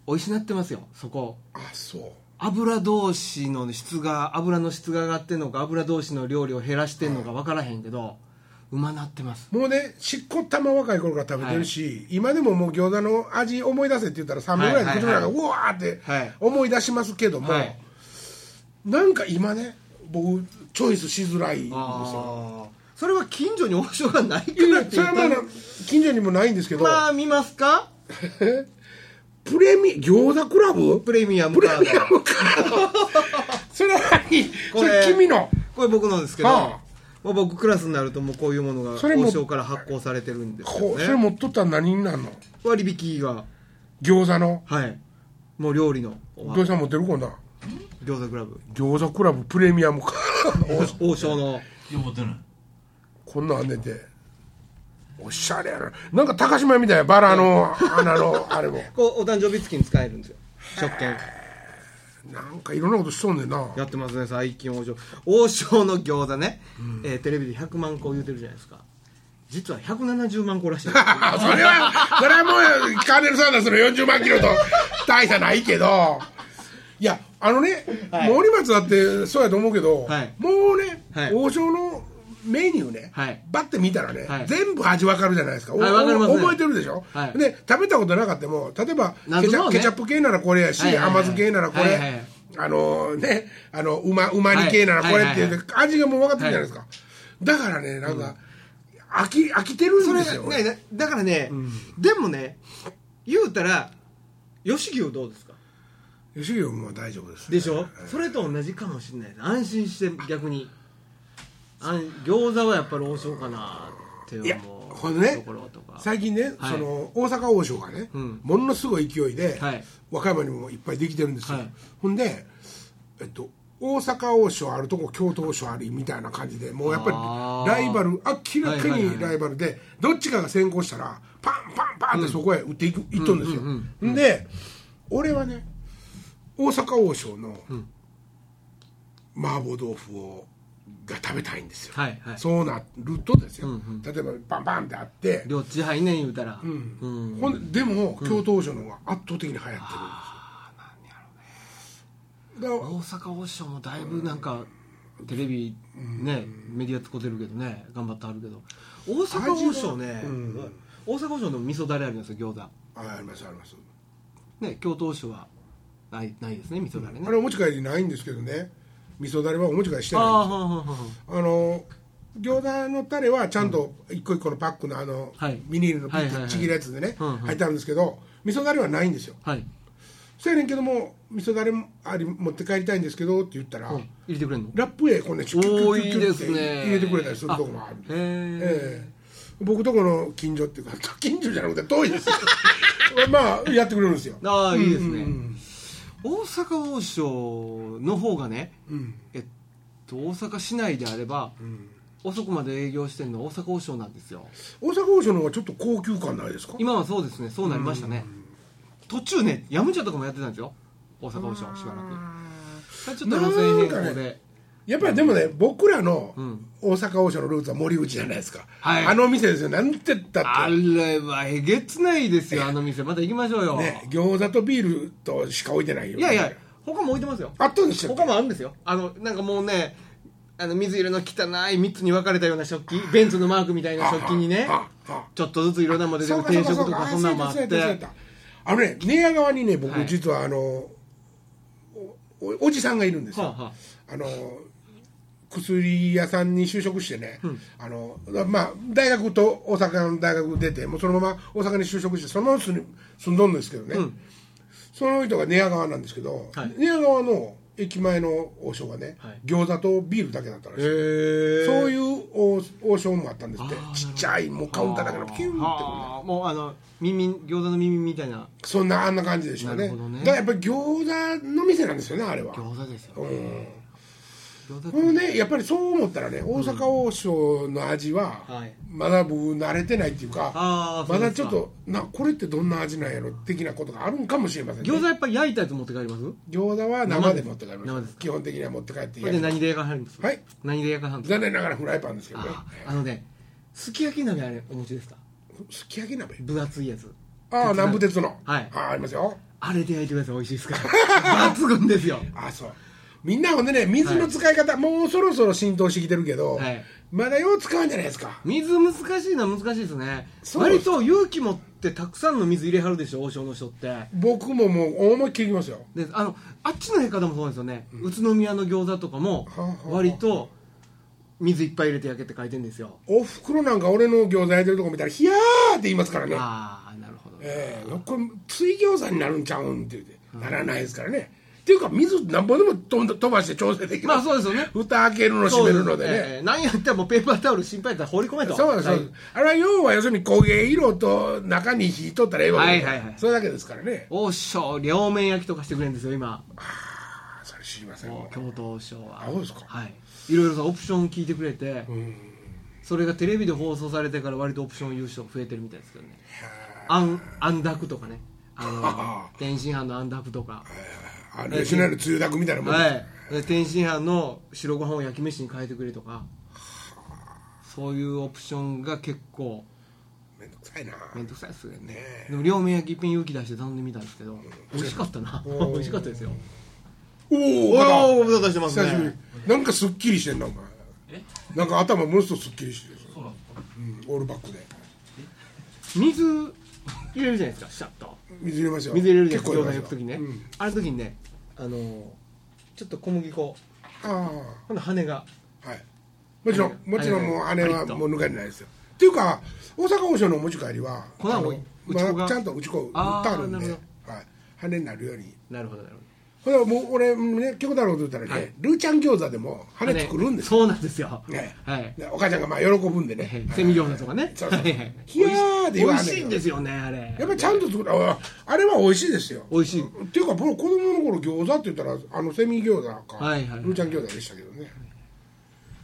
[SPEAKER 2] 美味しなってますよそこ
[SPEAKER 1] あそう
[SPEAKER 2] 油同士の質が油の質が上がってんのか油同士の料理を減らしてんのか分からへんけど、うまなってます
[SPEAKER 1] もうねしっこったま若い頃から食べてるし、今でももう餃子の味思い出せって言ったら3分ぐらいで口の中が
[SPEAKER 2] はいう
[SPEAKER 1] わーって
[SPEAKER 2] はい
[SPEAKER 1] 思い出しますけども、
[SPEAKER 2] はい
[SPEAKER 1] なんか今ね僕チョイスしづらいんですよ
[SPEAKER 2] ああそれは近所に王将がないか
[SPEAKER 1] い
[SPEAKER 2] ら
[SPEAKER 1] や
[SPEAKER 2] って
[SPEAKER 1] そ
[SPEAKER 2] い
[SPEAKER 1] れ
[SPEAKER 2] う
[SPEAKER 1] はまあ近所にもないんですけど、
[SPEAKER 2] まあ見ますか
[SPEAKER 1] プレミ餃子クラブ
[SPEAKER 2] プレミアム
[SPEAKER 1] プレ
[SPEAKER 2] カード
[SPEAKER 1] ミアムカ ードそれは何それ君の
[SPEAKER 2] これ僕のですけど、
[SPEAKER 1] はあ
[SPEAKER 2] まあ、僕クラスになるともうこういうものが
[SPEAKER 1] それも
[SPEAKER 2] 王将から発行されてるんですけ
[SPEAKER 1] こ
[SPEAKER 2] ど
[SPEAKER 1] うそれ
[SPEAKER 2] ね
[SPEAKER 1] 持っとったら何になるの
[SPEAKER 2] 割引が
[SPEAKER 1] 餃子の
[SPEAKER 2] はいもう料理の
[SPEAKER 1] 土井さん持ってるこんなん
[SPEAKER 2] 餃子クラブ
[SPEAKER 1] 餃子クラブプレミアムカード
[SPEAKER 2] 王将の
[SPEAKER 3] いや持ってない
[SPEAKER 1] こんなんあんねんておしゃれやななんか高島屋みたいやバラの花のあれも
[SPEAKER 2] こうお誕生日付きに使えるんですよ食券
[SPEAKER 1] なんかいろんなことしとんねんな
[SPEAKER 2] やってますね最近王将王将の餃子ね、えーテレビで100万個言うてるじゃないですか実は170万個らし いんですよ
[SPEAKER 1] あ それはそれはもうカーネル・サンダースの40万キロと大差ないけどいやあのね、
[SPEAKER 2] はい
[SPEAKER 1] 森松だってそうやと思うけど、
[SPEAKER 2] はい
[SPEAKER 1] もうね、
[SPEAKER 2] はい
[SPEAKER 1] 王将のメニューね、
[SPEAKER 2] はい
[SPEAKER 1] バッて見たらね、
[SPEAKER 2] はい
[SPEAKER 1] 全部味わかるじゃないですか、お
[SPEAKER 2] はいわかりますね
[SPEAKER 1] 覚えてるでしょ、
[SPEAKER 2] はい
[SPEAKER 1] で食べたことなかったも例えば
[SPEAKER 2] なん
[SPEAKER 1] ケ
[SPEAKER 2] で
[SPEAKER 1] チ
[SPEAKER 2] も
[SPEAKER 1] ャ
[SPEAKER 2] ね
[SPEAKER 1] ケチャップ系ならこれやし、
[SPEAKER 2] はいはいはい
[SPEAKER 1] 甘酢系ならこれ、
[SPEAKER 2] はいはいはい
[SPEAKER 1] あのねあのうまうま煮系ならこれって言って、
[SPEAKER 2] は
[SPEAKER 1] 味がもう分かってるじゃないですか、だからねなんか、飽き飽きてる
[SPEAKER 2] そ
[SPEAKER 1] ん
[SPEAKER 2] れ
[SPEAKER 1] ですよ
[SPEAKER 2] がねだだからね、でもね言うたら吉牛どうですか
[SPEAKER 1] 吉牛も大丈夫です、
[SPEAKER 2] でしょそれと同じかもしれないです安心して逆にあん餃子はやっぱり王将かなって
[SPEAKER 1] いや
[SPEAKER 2] 思
[SPEAKER 1] こ
[SPEAKER 2] う
[SPEAKER 1] れね
[SPEAKER 2] ところとか
[SPEAKER 1] 最近ね、
[SPEAKER 2] はい
[SPEAKER 1] その大阪王将がね、
[SPEAKER 2] うん
[SPEAKER 1] ものすごい勢いで、
[SPEAKER 2] はい
[SPEAKER 1] 和歌山にもいっぱいできてるんですよ、
[SPEAKER 2] はい
[SPEAKER 1] ほんで、えっと、大阪王将あるとこ京都王将あるみたいな感じでもうやっ
[SPEAKER 2] あ
[SPEAKER 1] ぱ
[SPEAKER 2] ー
[SPEAKER 1] りライバル明らか
[SPEAKER 2] はいはいはい
[SPEAKER 1] にライバルで、どっちかが先行したらパンパンパンってそこへ打っていく、いっとんですよ、
[SPEAKER 2] うんうん
[SPEAKER 1] んで俺はね大阪王将の麻婆豆腐をが食べたいんですよ、
[SPEAKER 2] はいはい
[SPEAKER 1] そうなるとですよ、
[SPEAKER 2] うんう
[SPEAKER 1] 例えばパンパンってあって、
[SPEAKER 2] 両地配ね言うたら、
[SPEAKER 1] うん
[SPEAKER 2] うん
[SPEAKER 1] ほんででも京都王将の方が圧倒的に流行ってるんですよ、だから
[SPEAKER 2] 大阪王将もだいぶなんかテレビね、メディア使ってるけどね頑張ってはるけど大阪王将ね、大阪王将でも味噌だれありますよ餃子
[SPEAKER 1] あありますあります、
[SPEAKER 2] ね京都王将はないないですね味噌だれね、
[SPEAKER 1] あれお持ち帰りないんですけどね味噌だれはお持ち帰りして
[SPEAKER 2] あ
[SPEAKER 1] ないんです
[SPEAKER 2] あ
[SPEAKER 1] よ
[SPEAKER 2] はんはんはんはん
[SPEAKER 1] あの餃子のタレはちゃんと一個一個のパックのあの、
[SPEAKER 2] はい
[SPEAKER 1] ビニールのピ
[SPEAKER 2] はいはい
[SPEAKER 1] ッ
[SPEAKER 2] はい
[SPEAKER 1] てちぎるやつでね、
[SPEAKER 2] うんうん
[SPEAKER 1] 入ってあるんですけど味噌だれはないんですよ
[SPEAKER 2] はい、
[SPEAKER 1] そうやねんけども味噌だれもあり持って帰りたいんですけどって言ったら、
[SPEAKER 2] うん入れてくれんの
[SPEAKER 1] ラップへこうねキュキ
[SPEAKER 2] お
[SPEAKER 1] ュ
[SPEAKER 2] ー
[SPEAKER 1] キュ
[SPEAKER 2] いい
[SPEAKER 1] キュ
[SPEAKER 2] で
[SPEAKER 1] って
[SPEAKER 2] すね
[SPEAKER 1] 入れてくれたりするとこもあるんです
[SPEAKER 2] へえ
[SPEAKER 1] ええ僕とこの近所っていうか 近所じゃなくて遠い ですよまあやってくれるんですよ
[SPEAKER 2] ああいいですね、大阪王将の方がね、えっと大阪市内であれば、遅くまで営業してるのは大阪王将なんですよ
[SPEAKER 1] 大阪王将の方がちょっと高級感ないですか
[SPEAKER 2] 今はそうですねそうなりましたね、途中ねヤムチャとかもやってたんですよ大阪王将しばらちょっと路線変
[SPEAKER 1] なん
[SPEAKER 2] 更
[SPEAKER 1] かね
[SPEAKER 2] で。
[SPEAKER 1] やっぱりでもね、僕らの大阪王将のルーツは森口じゃないですか、
[SPEAKER 2] はい
[SPEAKER 1] あの店ですよなんて言ったって
[SPEAKER 2] あれはえげつないですよ、あの店。また行きましょうよ。
[SPEAKER 1] ね、餃子とビールとしか置いてないよ
[SPEAKER 2] いやいや、他も置いてますよ。
[SPEAKER 1] あったんですよ
[SPEAKER 2] 他もあるんですよ。あの、なんかもうね、あの水色の汚い3つに分かれたような食器、ベンツのマークみたいな食器にね
[SPEAKER 1] あああ、
[SPEAKER 2] ちょっとずついろんなもの出て
[SPEAKER 1] そう
[SPEAKER 2] る
[SPEAKER 1] かそ
[SPEAKER 2] 定
[SPEAKER 1] うか
[SPEAKER 2] 食
[SPEAKER 1] そう
[SPEAKER 2] と
[SPEAKER 1] か
[SPEAKER 2] かそんなのもあっ
[SPEAKER 1] そうや
[SPEAKER 2] て。
[SPEAKER 1] ったそうやったあのね寝屋川にね
[SPEAKER 2] は
[SPEAKER 1] 僕
[SPEAKER 2] い
[SPEAKER 1] 実はあの、おおおじさんがいるんですよ、
[SPEAKER 2] はあは
[SPEAKER 1] あの薬屋さんに就職してね、あのまあ、大学と大阪の大学出てもうそのまま大阪に就職してそのまま住ん住んどんですけどね、その人が寝屋川なんですけど、
[SPEAKER 2] はい
[SPEAKER 1] 寝屋川の駅前の王将がね、
[SPEAKER 2] はい
[SPEAKER 1] 餃子とビールだけだったらしい
[SPEAKER 2] へー
[SPEAKER 1] そういう王王将もあったんですって
[SPEAKER 2] あーなるほど
[SPEAKER 1] ちっちゃいもうカウンターだからピューンってこうね
[SPEAKER 2] あーもうあの耳餃子の耳みたいな
[SPEAKER 1] そんなあんな感じでしょう
[SPEAKER 2] な
[SPEAKER 1] ね
[SPEAKER 2] るほどね
[SPEAKER 1] だからやっぱり餃子の店なんですよねあれは
[SPEAKER 2] 餃子ですよ、
[SPEAKER 1] うん
[SPEAKER 2] 餃子
[SPEAKER 1] このねやっぱりそう思ったらね大阪王将の味は
[SPEAKER 2] はい
[SPEAKER 1] まだ僕慣れてないっていうか
[SPEAKER 2] あー
[SPEAKER 1] ま
[SPEAKER 2] そう
[SPEAKER 1] だ
[SPEAKER 2] です
[SPEAKER 1] ち
[SPEAKER 2] か
[SPEAKER 1] ょっとなこれってどんな味なんやろ的なことがあるんかもしれませんね
[SPEAKER 2] 餃子やっぱり焼いたやつ持って帰ります
[SPEAKER 1] 餃子は生で持って帰り
[SPEAKER 2] 生
[SPEAKER 1] ま
[SPEAKER 2] ですす
[SPEAKER 1] 基本的には持って帰って
[SPEAKER 2] これで
[SPEAKER 1] 焼く
[SPEAKER 2] 何で焼かはるんです
[SPEAKER 1] はい
[SPEAKER 2] 何で焼かはるんです
[SPEAKER 1] 残念ながらフライパンですけどね
[SPEAKER 2] あーあのねすき焼き鍋あれお持ちですか
[SPEAKER 1] すき焼き鍋
[SPEAKER 2] 分厚いやつ
[SPEAKER 1] ああ南部鉄の
[SPEAKER 2] はい
[SPEAKER 1] ああありますよ
[SPEAKER 2] あれで焼いてください美味しいですから 抜群ですよ
[SPEAKER 1] あそうみんなほんでね水の使い方、もうそろそろ浸透してきてるけど、
[SPEAKER 2] はい
[SPEAKER 1] まだよう使うんじゃないですか
[SPEAKER 2] 水難しいのは難しいですね
[SPEAKER 1] そう
[SPEAKER 2] 割と勇気持ってたくさんの水入れはるでしょ王将の人って
[SPEAKER 1] 僕ももう思いっきりいきますよ
[SPEAKER 2] であのあっちのやり方もそうなんですよね、宇都宮の餃子とかも
[SPEAKER 1] はあはあ
[SPEAKER 2] 割と水いっぱい入れて焼けって書いてるんですよ
[SPEAKER 1] おふくろなんか俺の餃子焼いてるとこ見たら「ひやー!」って言いますからね
[SPEAKER 2] ああなるほどね
[SPEAKER 1] ええこれ水餃子になるんちゃうんって言って、ならないですからねっていうか水なんぼでも飛んだ飛ばして調整でき
[SPEAKER 2] ま
[SPEAKER 1] ま
[SPEAKER 2] あ
[SPEAKER 1] す、
[SPEAKER 2] そうですよね
[SPEAKER 1] 蓋開けるの閉めるのでね
[SPEAKER 2] ええ何やったらもうペーパータオル心配やったら放り込めと
[SPEAKER 1] そうですそうですあれは要は要するに焦げ色と中に火取ったらええわけで、
[SPEAKER 2] はいはいはい
[SPEAKER 1] それだけですからね
[SPEAKER 2] 王将両面焼きとかしてくれるんですよ今
[SPEAKER 1] あそれ知りませんわ
[SPEAKER 2] 京都王将は
[SPEAKER 1] あそうですか
[SPEAKER 2] はいいろいろさオプション聞いてくれてそれがテレビで放送されてから割とオプション言う人が増えてるみたいですけどねアンアンダクとかねあの天津飯のアンダクとか
[SPEAKER 1] あの吉野家のつゆだくみたいなもん、
[SPEAKER 2] はい、で天津飯の白ご飯を焼き飯に変えてくれとかそういうオプションが結構
[SPEAKER 1] めんどくさいな
[SPEAKER 2] 面倒くさいですよね
[SPEAKER 1] え
[SPEAKER 2] でも両面焼き一遍勇気出して頼んでみたんですけど美味しかったな
[SPEAKER 1] おー
[SPEAKER 2] 美味しかったですよ
[SPEAKER 1] お
[SPEAKER 2] お
[SPEAKER 1] お
[SPEAKER 2] おご無沙汰してま
[SPEAKER 1] 久しぶりなんかすっきりしてんなお前なんか頭ものすごくすっきりしてるうん、オールバックで
[SPEAKER 2] 水入れるじゃないですかシャッと
[SPEAKER 1] 水入れますよ
[SPEAKER 2] 水入れるじゃ
[SPEAKER 1] 結
[SPEAKER 2] ない
[SPEAKER 1] 構
[SPEAKER 2] ですか
[SPEAKER 1] 入
[SPEAKER 2] 餃子
[SPEAKER 1] れ
[SPEAKER 2] 焼
[SPEAKER 1] ますよ
[SPEAKER 2] く時ね、
[SPEAKER 1] うん
[SPEAKER 2] あの時にねあのーちょっと小麦粉
[SPEAKER 1] あ
[SPEAKER 2] ほんの羽が
[SPEAKER 1] あはいもちろん
[SPEAKER 2] はい
[SPEAKER 1] もちろんもう
[SPEAKER 2] は
[SPEAKER 1] あ
[SPEAKER 2] い
[SPEAKER 1] れは
[SPEAKER 2] はい
[SPEAKER 1] もう抜かれないですよっていうか大阪王将のお持ち帰りは
[SPEAKER 2] 粉を
[SPEAKER 1] あの
[SPEAKER 2] 打ち粉が
[SPEAKER 1] まあちゃんと打ち粉打ってあるんで
[SPEAKER 2] あーなる
[SPEAKER 1] はい、羽になるように
[SPEAKER 2] なるほどなるほ
[SPEAKER 1] ほらもう俺ね京太郎と言ったらね、
[SPEAKER 2] はい
[SPEAKER 1] ルーちゃん餃子でも
[SPEAKER 2] ど
[SPEAKER 1] 羽作るんですよ
[SPEAKER 2] そうなんですよ、
[SPEAKER 1] ね
[SPEAKER 2] はい
[SPEAKER 1] でお母ちゃんがまあ喜ぶんでね
[SPEAKER 2] ええセミ餃子とかね。
[SPEAKER 1] そうそう
[SPEAKER 2] はいはい
[SPEAKER 1] ひやーで言わ
[SPEAKER 2] 美
[SPEAKER 1] はんねんけど
[SPEAKER 2] 味しいんですよね、あれ。
[SPEAKER 1] やっぱりちゃんと作るああれは美味しいですよ
[SPEAKER 2] 美味しい。
[SPEAKER 1] っていうか僕子供の頃餃子って言ったらあのセミ餃子か、
[SPEAKER 2] はいはい
[SPEAKER 1] ルーちゃん餃子でしたけどね、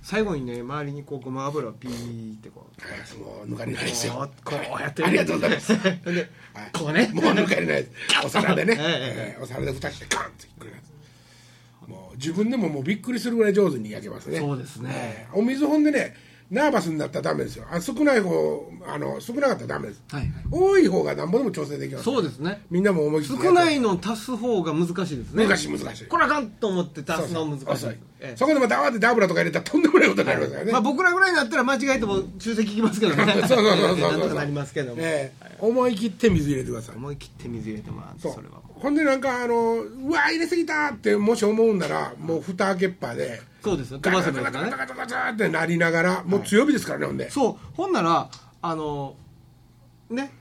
[SPEAKER 2] 最後にね、周りにこうごま油をピーってこう。
[SPEAKER 1] はい、もう抜かりないですよ
[SPEAKER 2] こうこうやって
[SPEAKER 1] はいありがとうございます、はい、
[SPEAKER 2] で、こうね。
[SPEAKER 1] もう抜かり ないですお皿でね、
[SPEAKER 2] ええ
[SPEAKER 1] ええお皿で蓋してカンってひっくり返すもう自分でももうびっくりするぐらい上手に焼けますね
[SPEAKER 2] そうですね
[SPEAKER 1] ええお水ほんでねナーバスになったらダメですよあ少ない方あの少なかったらダメです、
[SPEAKER 2] はいはい
[SPEAKER 1] 多い方がなんぼでも調整できます
[SPEAKER 2] そうですね。
[SPEAKER 1] みんなも思い切ってや
[SPEAKER 2] 少
[SPEAKER 1] って
[SPEAKER 2] ないのを足す方が難しいですね。
[SPEAKER 1] 難しい難しい
[SPEAKER 2] これあかんと思って足すのは難しいです。
[SPEAKER 1] 遅い
[SPEAKER 2] え
[SPEAKER 1] そこでまた慌てて油とか入れたらとんでもないことになりますから
[SPEAKER 2] え
[SPEAKER 1] ね、
[SPEAKER 2] まあ僕らぐらいになったら間違えても集積きますけどね。
[SPEAKER 1] そうそうそうそうそう
[SPEAKER 2] なんとかなりますけども。
[SPEAKER 1] ええ思い切って水入れてください
[SPEAKER 2] 思い切って水入れてもらって、
[SPEAKER 1] そう
[SPEAKER 2] それは。
[SPEAKER 1] ほんでなんかあのうわ入れすぎたってもし思うんならもう蓋開けっぱで
[SPEAKER 2] そうですよ。
[SPEAKER 1] ガ
[SPEAKER 2] 飛ばせ
[SPEAKER 1] タ
[SPEAKER 2] ばい
[SPEAKER 1] ガ
[SPEAKER 2] い
[SPEAKER 1] タ
[SPEAKER 2] で
[SPEAKER 1] ガタ
[SPEAKER 2] すからね。
[SPEAKER 1] ガタガタってなりながらもう強火ですからねほんで
[SPEAKER 2] そうほんならあのね、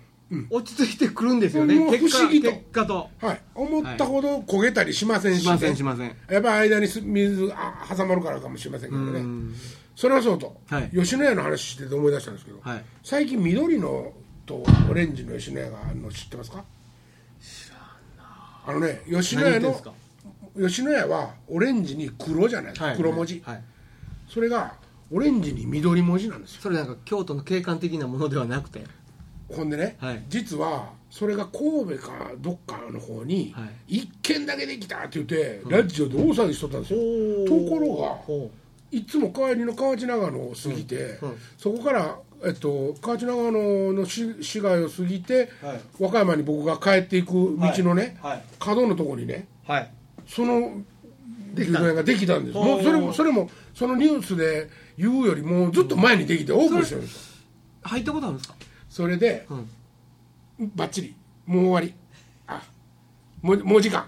[SPEAKER 2] 落ち着いてくるんですよ
[SPEAKER 1] も
[SPEAKER 2] ね
[SPEAKER 1] う
[SPEAKER 2] 結
[SPEAKER 1] 不
[SPEAKER 2] 果
[SPEAKER 1] 思議と
[SPEAKER 2] 結果と
[SPEAKER 1] はい思ったほど焦げたりしませんし
[SPEAKER 2] し
[SPEAKER 1] ね
[SPEAKER 2] ませんしません
[SPEAKER 1] やっぱり間にす水あ挟まるからかもしれませんけどねそれはそうと、
[SPEAKER 2] はい
[SPEAKER 1] 吉野家の話してて思い出したんですけど、
[SPEAKER 2] はい
[SPEAKER 1] 最近緑のとオレンジの吉野家があるの知ってますか知らんなあのね吉野
[SPEAKER 2] 何
[SPEAKER 1] 家
[SPEAKER 2] 言ってんで
[SPEAKER 1] の
[SPEAKER 2] すか
[SPEAKER 1] 吉野家はオレンジに黒じゃないですか、
[SPEAKER 2] はい
[SPEAKER 1] 黒文字、
[SPEAKER 2] はい
[SPEAKER 1] それがオレンジに緑文字なんですよ
[SPEAKER 2] それなんか京都の景観的なものではなくて
[SPEAKER 1] ほんでね、
[SPEAKER 2] はい
[SPEAKER 1] 実はそれが神戸かどっかの方に
[SPEAKER 2] は
[SPEAKER 1] 一軒だけできたって言って、ラジオで大騒ぎしとったんですよ、ところが
[SPEAKER 2] ほ
[SPEAKER 1] いつも帰りの河内長野を過ぎて、
[SPEAKER 2] うんうん
[SPEAKER 1] そこから、えっと、河内長野の市市街を過ぎて、
[SPEAKER 2] はい
[SPEAKER 1] 和歌山に僕が帰っていく道のね、
[SPEAKER 2] はいはい
[SPEAKER 1] 角のとこにね
[SPEAKER 2] うはい
[SPEAKER 1] その牛丼屋ができたんです
[SPEAKER 2] ほう
[SPEAKER 1] もうそれもそれもそのニュースで言うよりもずっと前にできてオープンしてるんですよ
[SPEAKER 2] 入ったことあるんですか
[SPEAKER 1] それで、
[SPEAKER 2] うん
[SPEAKER 1] バッチリもう終わりあもうもう時間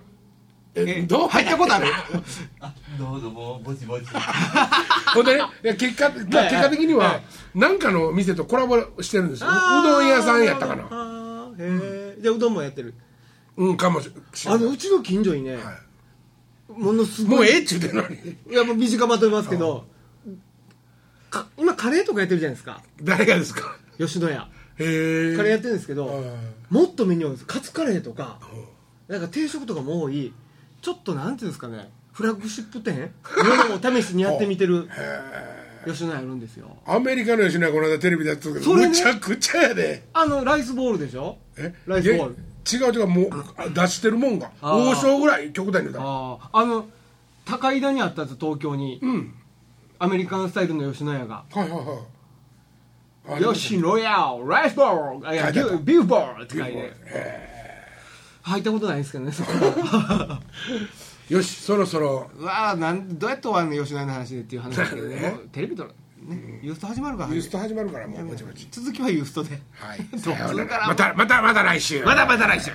[SPEAKER 1] えどう
[SPEAKER 2] 入ったことある
[SPEAKER 3] どうぞもうぼちぼち
[SPEAKER 1] ほんでねいや 結果結
[SPEAKER 2] はい
[SPEAKER 1] 果的に
[SPEAKER 2] は
[SPEAKER 1] はい何かの店とコラボしてるんですようどん屋さんやったかな
[SPEAKER 2] あーへえじゃあうどんもやってる
[SPEAKER 1] うんかもしれな
[SPEAKER 2] あ
[SPEAKER 1] い
[SPEAKER 2] のうちの近所にねものす
[SPEAKER 1] も
[SPEAKER 2] ご
[SPEAKER 1] う
[SPEAKER 2] い
[SPEAKER 1] ええっちゅうてんのに
[SPEAKER 2] いやもう短まとめますけどか今カレーとかやってるじゃないですか
[SPEAKER 1] 誰がですか
[SPEAKER 2] 吉野家
[SPEAKER 1] へえ
[SPEAKER 2] カレーやってるんですけど、もっとメニューあるんですカツカレーとかなんか定食とかも多いちょっとなんていうんですかねフラッグシップ 店ものを試しにやってみてる吉野家あるんですよ
[SPEAKER 1] アメリカの吉野家この間テレビでやってたけど
[SPEAKER 2] それね
[SPEAKER 1] むちゃくちゃやで
[SPEAKER 2] あのライスボールでしょ
[SPEAKER 1] え
[SPEAKER 2] ライスボール
[SPEAKER 1] いや違う違うもうあ出してるもんが
[SPEAKER 2] あー
[SPEAKER 1] 王将ぐらい極端に言うたら
[SPEAKER 2] あああの高井田にあったんです東京に、
[SPEAKER 1] ん
[SPEAKER 2] アメリカンスタイルの吉野家が
[SPEAKER 1] はいはいはいあれ
[SPEAKER 2] 吉野家ライスボールあいや
[SPEAKER 1] 書いてあった
[SPEAKER 2] ビュビューボールって
[SPEAKER 1] ビ
[SPEAKER 2] 書
[SPEAKER 1] ュー
[SPEAKER 2] い
[SPEAKER 1] ボー
[SPEAKER 2] て
[SPEAKER 1] ル
[SPEAKER 2] 入ったことないですけどねそこは
[SPEAKER 1] よしそろそろ
[SPEAKER 2] うわあなんどうやって終わるの吉野家の話でっていう話だけどねも うテレビとねユースト始まるから
[SPEAKER 1] ニュースと始まるからもうぼちぼち
[SPEAKER 2] 続きはユーストで
[SPEAKER 1] はい
[SPEAKER 2] どうするかな
[SPEAKER 1] またまたまた来週
[SPEAKER 2] まだまだ来週